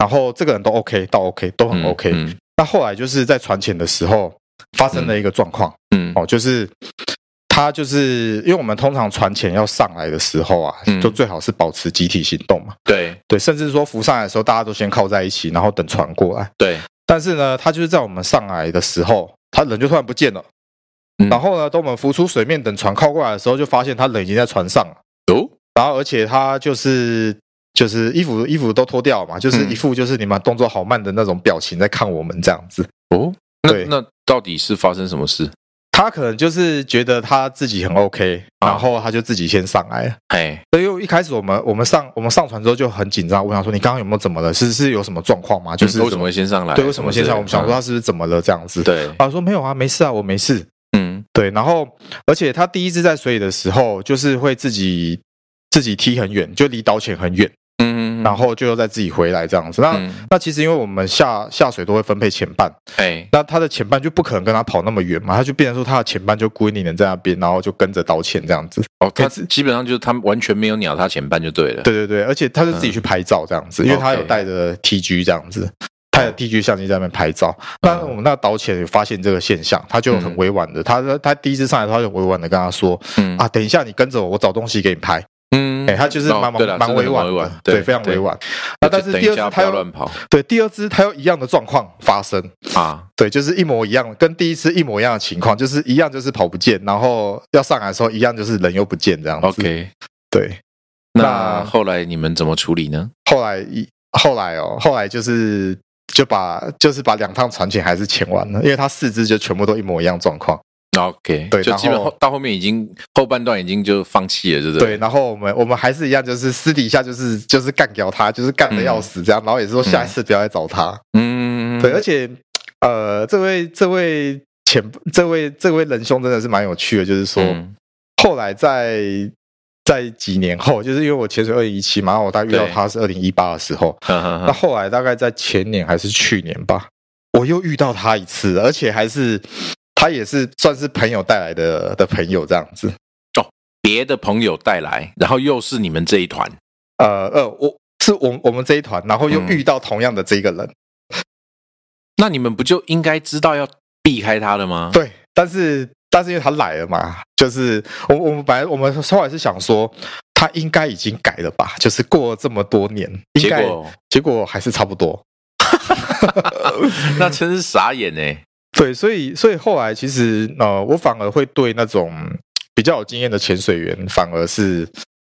S2: 然后这个人都 OK，到 OK 都很
S1: 嗯
S2: 哦 OK、
S1: 嗯
S2: 那后来就是在传潜的时候，发生了一个状况
S1: 嗯
S2: 哦，就是它就是因为我们通常船前要上来的时候啊
S1: 嗯，
S2: 就最好是保持集体行动嘛，
S1: 对
S2: 对，甚至说浮上来的时候大家都先靠在一起，然后等船过来。
S1: 对，
S2: 但是呢，它就是在我们上来的时候，它人就突然不见了。
S1: 嗯
S2: 然后呢，等我们浮出水面，等船靠过来的时候，就发现它人已经在船上了。
S1: 哦，
S2: 然后而且他就是就是衣服衣服都脱掉嘛，就是
S1: 嗯
S2: 一副就是你们动作好慢的那种表情在看我们这样子。
S1: 哦，那
S2: 对
S1: 那到底是发生什么事？
S2: 他可能就是觉得他自己很 OK，
S1: 啊
S2: 然后他就自己先上来了。
S1: 哎，
S2: 所以我一开始我们我们上我们上船之后就很紧张，问他说：“你刚刚有没有怎么了？是是有什么状况吗？就是
S1: 嗯为什么会先上来？
S2: 对为什么现在我们想说
S1: 嗯
S2: 他是不是怎么了这样子？
S1: 对，
S2: 他说没有啊，没事啊，我没事。
S1: 嗯
S2: 对，然后而且他第一次在水里的时候，就是会自己自己踢很远，就离岛潜很远，
S1: 嗯，
S2: 然后就又再自己回来这样子。那、
S1: 嗯
S2: 那其实因为我们下下水都会分配前半，
S1: 哎，
S2: 那他的前半就不可能跟他跑那么远嘛，他就变成说他的前半就归你人在那边，然后就跟着道歉这样子。
S1: 哦，他
S2: 可是
S1: 基本上就是他们完全没有鸟他前半就对了。
S2: 对对对，而且他是自己去拍照这样子，因为他
S1: OK
S2: 有带着 TG 这样子。带着 TG 相机在那边拍照，但我们那个导潜有发现这个现象，他就很
S1: 嗯
S2: 委婉的，他他第一次上来，他就委婉的跟他说
S1: 嗯
S2: 啊，等一下你跟着我，我找东西给你拍。
S1: 嗯
S2: 哎，他就是
S1: 哦
S2: 蛮
S1: 对啦
S2: 蛮蛮
S1: 真的很
S2: 婉
S1: 委
S2: 的
S1: 婉，对
S2: 对，非常
S1: 对
S2: 委婉。那但
S1: 就是等
S2: 第
S1: 一
S2: 二
S1: 下
S2: 次
S1: 不
S2: 他
S1: 要
S2: 又
S1: 乱 跑
S2: 对第二次他又一样的状况发生，
S1: 啊，
S2: 对，就是一模一样，跟第一次一模一样的情况，就是一样就是跑不见，然后要上来的时候一样就是人又不见这样子。
S1: OK，
S2: 对，
S1: 那
S2: 那
S1: 后来你们怎么处理呢？
S2: 后来一后来哦，后来就是就把就是把两趟船潜还是潜完了，因为他四肢就全部都一模一样状况。
S1: OK，
S2: 对
S1: 就基本
S2: 然后
S1: 后到后面已经后半段已经就放弃了，对不
S2: 对，？然后我们我们还是一样，就是私底下就是就是干掉他，就是干的要死这样，然后也是说下一次不要来找他。
S1: 嗯，
S2: 对，而且呃，这位这位前这位这位仁兄真的是蛮有趣的，就是说、
S1: 嗯
S2: 后来在在几年后，就是因为我潜水二零一七嘛，然后我大概遇到
S1: 对嗯
S2: 他是二零一八的时候，
S1: 呵呵
S2: 那
S1: 呵
S2: 后来大概在前年还是去年吧，我又遇到他一次，而且还是他也是算是朋友带来的的朋友这样子。
S1: 别的朋友带来，然后又是你们这一团，
S2: 呃呃，我是我我们这一团，然后又
S1: 嗯
S2: 遇到同样的这个人，
S1: 那你们不就应该知道要避开他了吗？
S2: 对，但是但是因为他来了嘛，就是我我们本来我们后来是想说他应该已经改了吧，就是过了这么多年，应
S1: 结
S2: 该
S1: 果
S2: 结果还是差不多。
S1: 那真是傻眼哎！
S2: 对，所以所以后来其实呃，我反而会对那种比较有经验的潜水员，反而是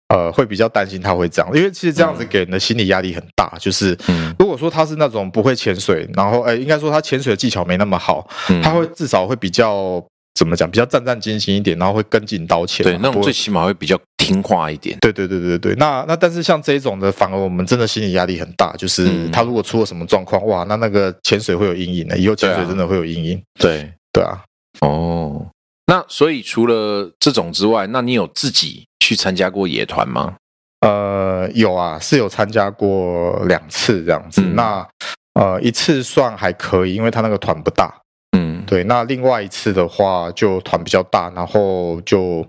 S2: 呃会比较担心他会这样，因为其实这样子
S1: 嗯
S2: 给人的心理压力很大。就是
S1: 嗯
S2: 如果说他是那种不会潜水，然后呃应该说他潜水的技巧没那么好，
S1: 嗯
S2: 他会至少会比较怎么讲，比较战战兢兢一点，然后会跟进刀潜嘛。
S1: 对那种
S2: 不会
S1: 最起码会比较听话一点。
S2: 对对对对对，那那但是像这一种的，反而我们真的心理压力很大，就是
S1: 嗯
S2: 他如果出了什么状况，哇，那那个潜水会有阴影的，以后潜
S1: 对啊
S2: 水真的会有阴影。
S1: 对，
S2: 对啊，
S1: 哦，那所以除了这种之外，那你有自己去参加过野团吗？
S2: 呃，有啊，是有参加过两次这样子。
S1: 嗯
S2: 那呃，一次算还可以，因为他那个团不大。
S1: 嗯，
S2: 对，那另外一次的话，就团比较大，然后就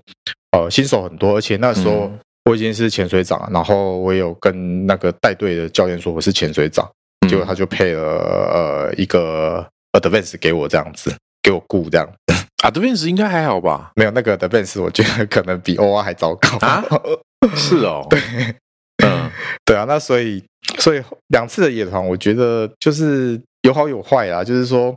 S2: 呃新手很多，而且那时候
S1: 嗯
S2: 我已经是潜水长了，然后我有跟那个带队的教练说我是潜水长，
S1: 嗯
S2: 结果他就配了呃一个呃 advance 给我这样子，给我雇这样。
S1: Advance 应该还好 吧？
S2: 没有那个 advance，我觉得可能比 OR 还糟糕
S1: 啊是哦，对，嗯，
S2: 对啊，那所以所以两次的野团，我觉得就是有好有坏啦。就是说，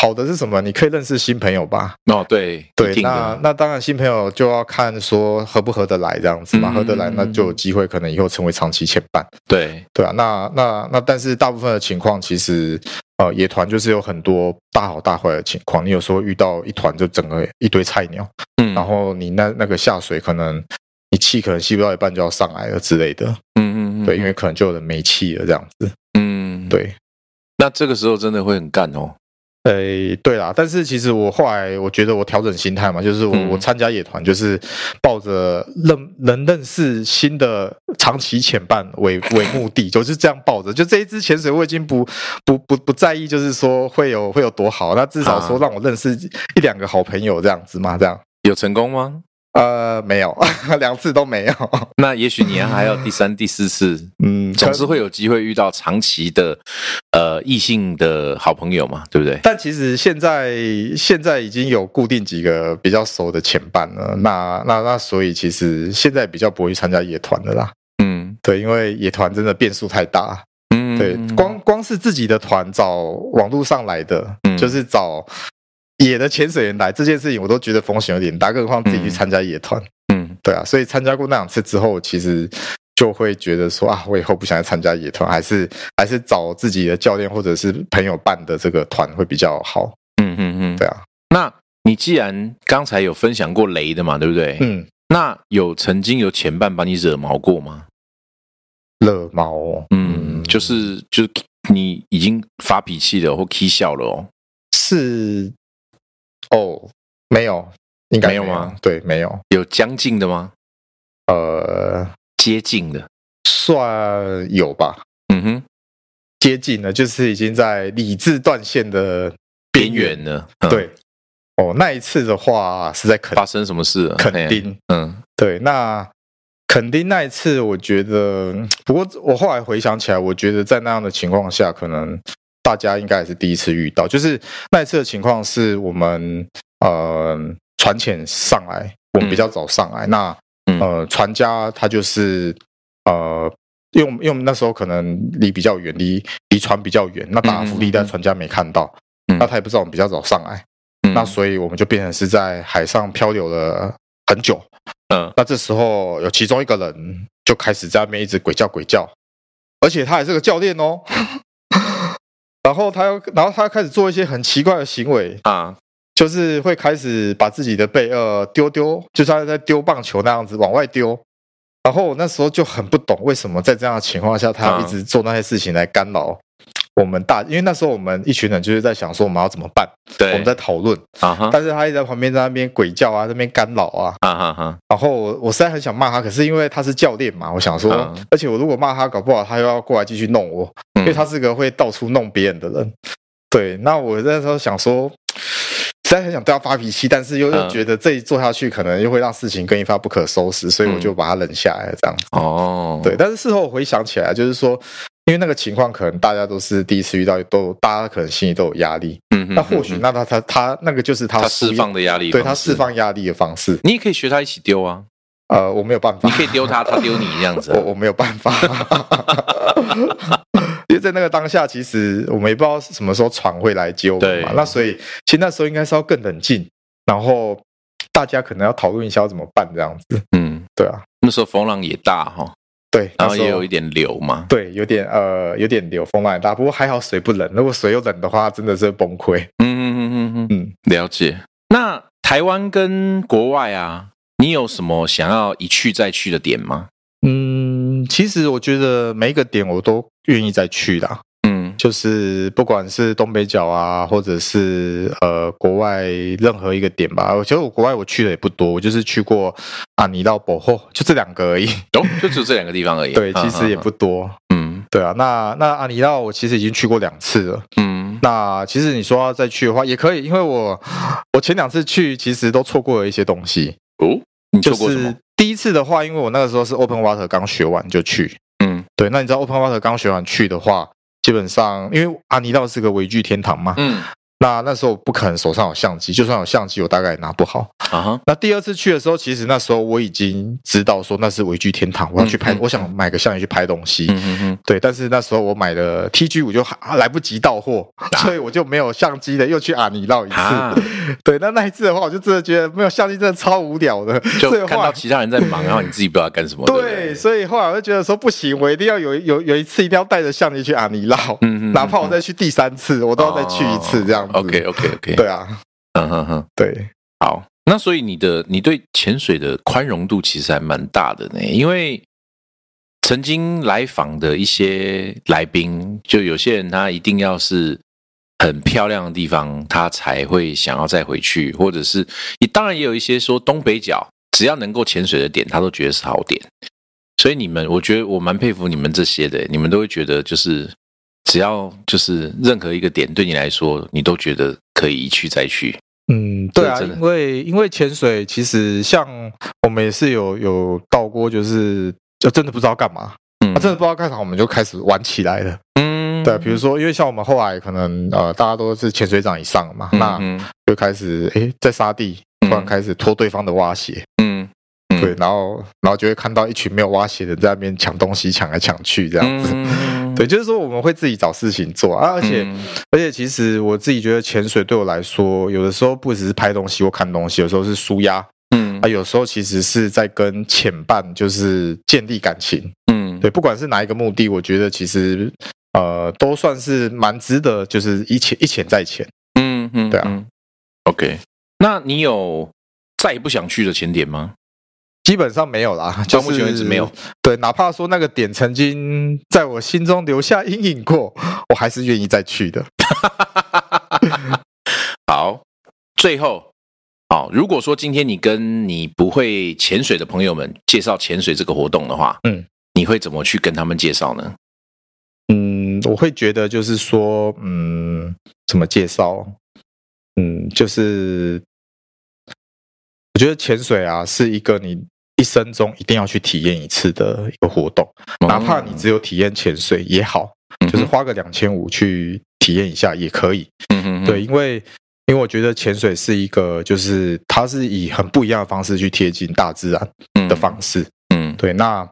S2: 好的是什么？你可以认识新朋友吧。
S1: 哦，对，一
S2: 对，
S1: 定
S2: 那
S1: 的，
S2: 那当然新朋友就要看说合不合得来这样子嘛，
S1: 嗯
S2: 合得来那就有机会可能以后成为长期牵绊。
S1: 对，
S2: 对啊，那那那但是大部分的情况其实。呃，野团就是有很多大好大坏的情况，你有时候遇到一团就整个一堆菜鸟，
S1: 嗯，
S2: 然后你那那个下水可能你气可能吸不到一半就要上来了之类的，
S1: 嗯嗯嗯，
S2: 对，因为可能就有人没气了这样子，
S1: 嗯，
S2: 对，
S1: 那这个时候真的会很干哦，
S2: 诶，对啦，但是其实我后来我觉得我调整心态嘛，就是我、
S1: 嗯
S2: 我参加野团，就是抱着认能认识新的长期潜伴为为目的，就是这样抱着。就这一支潜水，我已经不不不不在意，就是说会有会有多好，那至少说
S1: 啊
S2: 让我认识一两个好朋友这样子嘛，这样。
S1: 有成功吗？
S2: 呃，没有， 两次都没有。
S1: 那也许你还有第三、第四次，
S2: 嗯，
S1: 总
S2: 可
S1: 是会有机会遇到长期的呃异性的好朋友嘛，对不对？
S2: 但其实现在现在已经有固定几个比较熟的前伴了，那那那所以其实现在比较不会参加野团的啦。
S1: 嗯
S2: 对，因为野团真的变数太大。
S1: 嗯，
S2: 对，光光是自己的团找网络上来的，
S1: 嗯
S2: 就是找野的潜水员来这件事情，我都觉得风险有点大，更何况自己去参加野团。
S1: 嗯
S2: 对啊，所以参加过那两次之后，其实就会觉得说啊，我以后不想再参加野团，还是还是找自己的教练或者是朋友办的这个团会比较好。
S1: 嗯嗯嗯，
S2: 对啊，
S1: 那你既然刚才有分享过雷的嘛，对不对？
S2: 嗯，
S1: 那有曾经有前伴把你惹毛过吗？
S2: 乐猫、哦，
S1: 嗯，就是就是你已经发脾气了或 k 笑了哦。
S2: 是哦，没有，应该
S1: 没有
S2: 有
S1: 吗？
S2: 对，没有，
S1: 有将近的吗？
S2: 呃，
S1: 接近的，
S2: 算有吧，
S1: 嗯哼，
S2: 接近了，就是已经在理智断线的
S1: 边缘的，嗯、
S2: 对，哦，那一次的话是在肯
S1: 发生什么事了？
S2: 肯
S1: 嘿，
S2: 定。
S1: 嗯
S2: 对，那肯定那一次，我觉得，不过我后来回想起来，我觉得在那样的情况下，可能大家应该也是第一次遇到。就是那一次的情况是我们呃船潜上来，我们比较早上来，那
S1: 嗯
S2: 呃船家他就是呃。因为我们因为我们那时候可能离比较远，离离船比较远，那打浮力
S1: 嗯嗯
S2: 但
S1: 嗯
S2: 船家没看到，
S1: 嗯
S2: 那他也不知道我们比较早上来，
S1: 嗯
S2: 那所以我们就变成是在海上漂流了很久。
S1: 嗯
S2: 那这时候有其中一个人就开始在那边一直鬼叫鬼叫，而且他还是个教练哦。 然后他又，然后他开始做一些很奇怪的行为，
S1: 啊，
S2: 就是会开始把自己的背呃丢丢，就像在丢棒球那样子往外丢。然后我那时候就很不懂，为什么在这样的情况下，他要一直做那些事情来干扰我们大，因为那时候我们一群人就是在想说我们要怎么办，我
S1: 对，
S2: 们在讨论。
S1: 啊哈
S2: 但是他一直在旁边在那边鬼叫啊，在那边干扰啊。
S1: 啊哈哈，
S2: 然后我我实在很想骂他，可是因为他是教练嘛，我想说，
S1: 嗯
S2: 而且我如果骂他，搞不好他又要过来继续弄我，
S1: 因
S2: 因为他是个会到处弄别人的人。对，那我那时候想说， 实在很想对他发脾气，但是又又
S1: 嗯
S2: 觉得这一做下去，可能又会让事情更一发不可收拾，所以
S1: 嗯
S2: 我就把他冷下来，这样子。
S1: 哦，
S2: 对，，但是事后回想起来，就是说，因为那个情况可能大家都是第一次遇到，都大家可能心里都有压力。
S1: 嗯哼，
S2: 那或许
S1: 嗯哼
S2: 那他他他那个就是他
S1: 他
S2: 疏
S1: 释
S2: 于
S1: 放的压力，
S2: 对他释，放压力的方式。
S1: 你也可以学他一起丢 啊，
S2: 呃，我没有办法
S1: 你，可以丢他，他丢你这样子啊，
S2: 我我没有办法， 因为在那个当下，其实我们也不知道什么时候船会来接我们嘛
S1: 对。
S2: 那所以其实那时候应该是要更冷静，然后大家可能要讨论一下要怎么办这样子。
S1: 嗯，
S2: 对啊，
S1: 那时候风浪也大哈，
S2: 对，
S1: 然
S2: 那
S1: 后
S2: 时候
S1: 也有一点流嘛，
S2: 对，有点呃，有点流风浪很大，不过还好水不冷。如果水又冷的话，真的是崩溃。
S1: 嗯嗯嗯嗯嗯
S2: 嗯，
S1: 了解。那台湾跟国外啊，你有什么想要一去再去的点吗？
S2: 嗯，其实我觉得每一个点我都愿意再去的啊、
S1: 嗯
S2: 就是不管是东北角啊，或者是呃国外任何一个点吧。我觉得我国外我去的也不多，我就是去过阿尼到博 霍，就这两个而已。
S1: 哦，就只有这两个地方而已。啊
S2: 对，其实也不多。
S1: 嗯
S2: 对啊，那那阿尼到我其实已经去过两次了。
S1: 嗯
S2: 那其实你说要再去的话也可以，因为我我前两次去其实都错过了一些东西。
S1: 哦，你
S2: 就
S1: 做过什么
S2: 是？第一次的话，因为我那个时候是 Open Water 刚学完就去，
S1: 嗯
S2: 对，那你知道 Open Water 刚学完去的话，基本上因为阿尼道是个微距天堂嘛，
S1: 嗯
S2: 那那时候不可能手上有相机，就算有相机，我大概也拿不好。
S1: 啊哈
S2: 那第二次去的时候，其实那时候我已经知道说那是微距天堂，我要去
S1: 嗯
S2: 拍，
S1: 嗯
S2: 我想买个相机去拍东西。
S1: 嗯嗯嗯
S2: 对，但是那时候我买的 TG 五就还啊来不及到货，所以我就没有相机的，又去阿尼绕一次。
S1: 啊，
S2: 对，那那一次的话，我就真的觉得没有相机真的超无聊的。
S1: 就
S2: 所以
S1: 看到
S2: 后来
S1: 其他人在忙，然后你自己不知道干什么。对不
S2: 对，
S1: 对，
S2: 所以后来我就觉得说不行，我一定要有有有一次一定要带着相机去阿尼绕，
S1: 嗯嗯嗯哦
S2: 哪怕我再去第三次，我都要再去一次这样子。
S1: OK OK OK，
S2: 对，啊，
S1: 嗯哼哼，
S2: 对。
S1: 好。那所以你的你对潜水的宽容度其实还蛮大的呢，因为曾经来访的一些来宾，就有些人他一定要是很漂亮的地方，他才会想要再回去，或者是你当然也有一些说东北角只要能够潜水的点，他都觉得是好点。所以你们，我觉得我蛮佩服你们这些的，你们都会觉得就是只要就是任何一个点对你来说，你都觉得可以一去再去。
S2: 嗯，对啊，
S1: 这真的
S2: 因为因为潜水其实像我们也是有有到过，就是就真的不知道干嘛，
S1: 嗯
S2: 啊、真的不知道干啥，我们就开始玩起来了。
S1: 嗯
S2: 对，啊比如说，因为像我们后来可能呃，大家都是潜水长以上嘛，那
S1: 嗯
S2: 就开始诶在沙地突然开始脱对方的蛙鞋，
S1: 嗯嗯
S2: 对，然后然后就会看到一群没有蛙鞋的人在那边抢东西，抢来抢去这样子。
S1: 嗯
S2: 对，就是说我们会自己找事情做啊，而且、
S1: 嗯
S2: 而且其实我自己觉得潜水对我来说，有的时候不只是拍东西或看东西，有时候是舒压
S1: 嗯
S2: 啊，有时候其实是在跟潜伴就是建立感情。
S1: 嗯
S2: 对，不管是哪一个目的，我觉得其实呃都算是蛮值得，就是一潜一潜再潜。
S1: 嗯嗯
S2: 对啊
S1: 嗯，OK，那你有再也不想去的潜点吗？
S2: 基本上没有啦，就
S1: 到目前为止
S2: 是
S1: 没有。
S2: 对，哪怕说那个点曾经在我心中留下阴影过，我还是愿意再去的。
S1: 好，最后，好，如果说今天你跟你不会潜水的朋友们介绍潜水这个活动的话，
S2: 嗯，
S1: 你会怎么去跟他们介绍呢？
S2: 嗯，我会觉得就是说，嗯，怎么介绍？嗯，就是我觉得潜水啊是一个你一生中一定要去体验一次的一个活动，哪怕你只有体验潜水也好，
S1: 哦嗯
S2: 就是花个两千五去体验一下也可以。
S1: 嗯哼
S2: 对，，因为因为我觉得潜水是一个，就是它是以很不一样的方式去贴近大自然
S1: 嗯
S2: 的方式。
S1: 嗯
S2: 对，那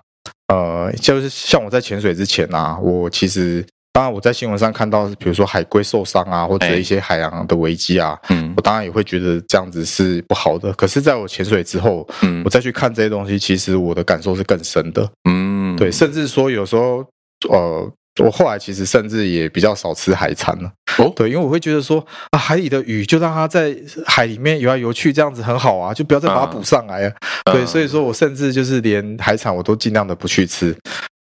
S2: 呃，就是像我在潜水之前啊，我其实当然我在新闻上看到，比如说海龟受伤啊，或者
S1: 哎
S2: 一些海洋的危机啊，
S1: 嗯
S2: 我当然也会觉得这样子是不好的。可是，在我潜水之后，
S1: 嗯
S2: 我再去看这些东西，其实我的感受是更深的。
S1: 嗯，
S2: 对，甚至说有时候，呃，我后来其实甚至也比较少吃海产了。
S1: 哦
S2: 对，因为我会觉得说啊，海里的鱼就让它在海里面游来游去，这样子很好啊，就不要再把它补上来了。
S1: 嗯
S2: 对，所以说我甚至就是连海产我都尽量的不去吃。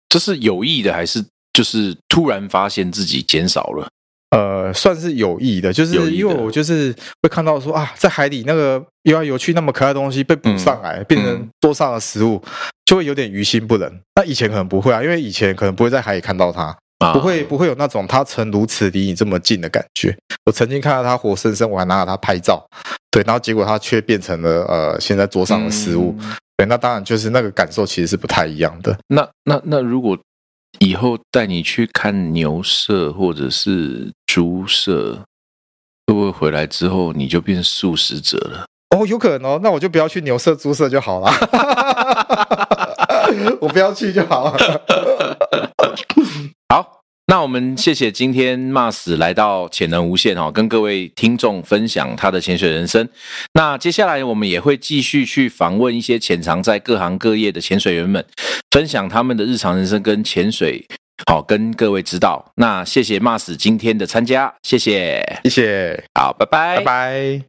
S1: 这是有意的还是就是突然发现自己减少了？
S2: 呃，算是有意的，就是
S1: 有意的
S2: 因为我就是会看到说啊，在海里那个游来游去那么可爱的东西被补上
S1: 嗯
S2: 来，变成桌上的食物，就会有点于心不忍。那以前可能不会啊，因为以前可能不会在海里看到它，
S1: 啊
S2: 不会不会有那种它曾如此离你这么近的感觉。我曾经看到它活生生，我还拿着它拍照，对，然后结果它却变成了呃现在桌上的食物，
S1: 嗯
S2: 对，那当然就是那个感受其实是不太一样的。
S1: 那那那如果以后带你去看牛舍或者是猪舍，会不会回来之后你就变素食者了？
S2: 哦，有可能哦，那我就不要去牛舍、猪舍 就好了，我不要去就好了。
S1: 好，那我们谢谢今天 Mas 来到潜能无限哦，跟各位听众分享他的潜水人生。那接下来我们也会继续去访问一些潜藏在各行各业的潜水员们，分享他们的日常人生跟潜水。好，跟各位指导。那谢谢 Mas 今天的参加，谢谢。
S2: 谢谢，
S1: 好，拜拜，
S2: 拜拜。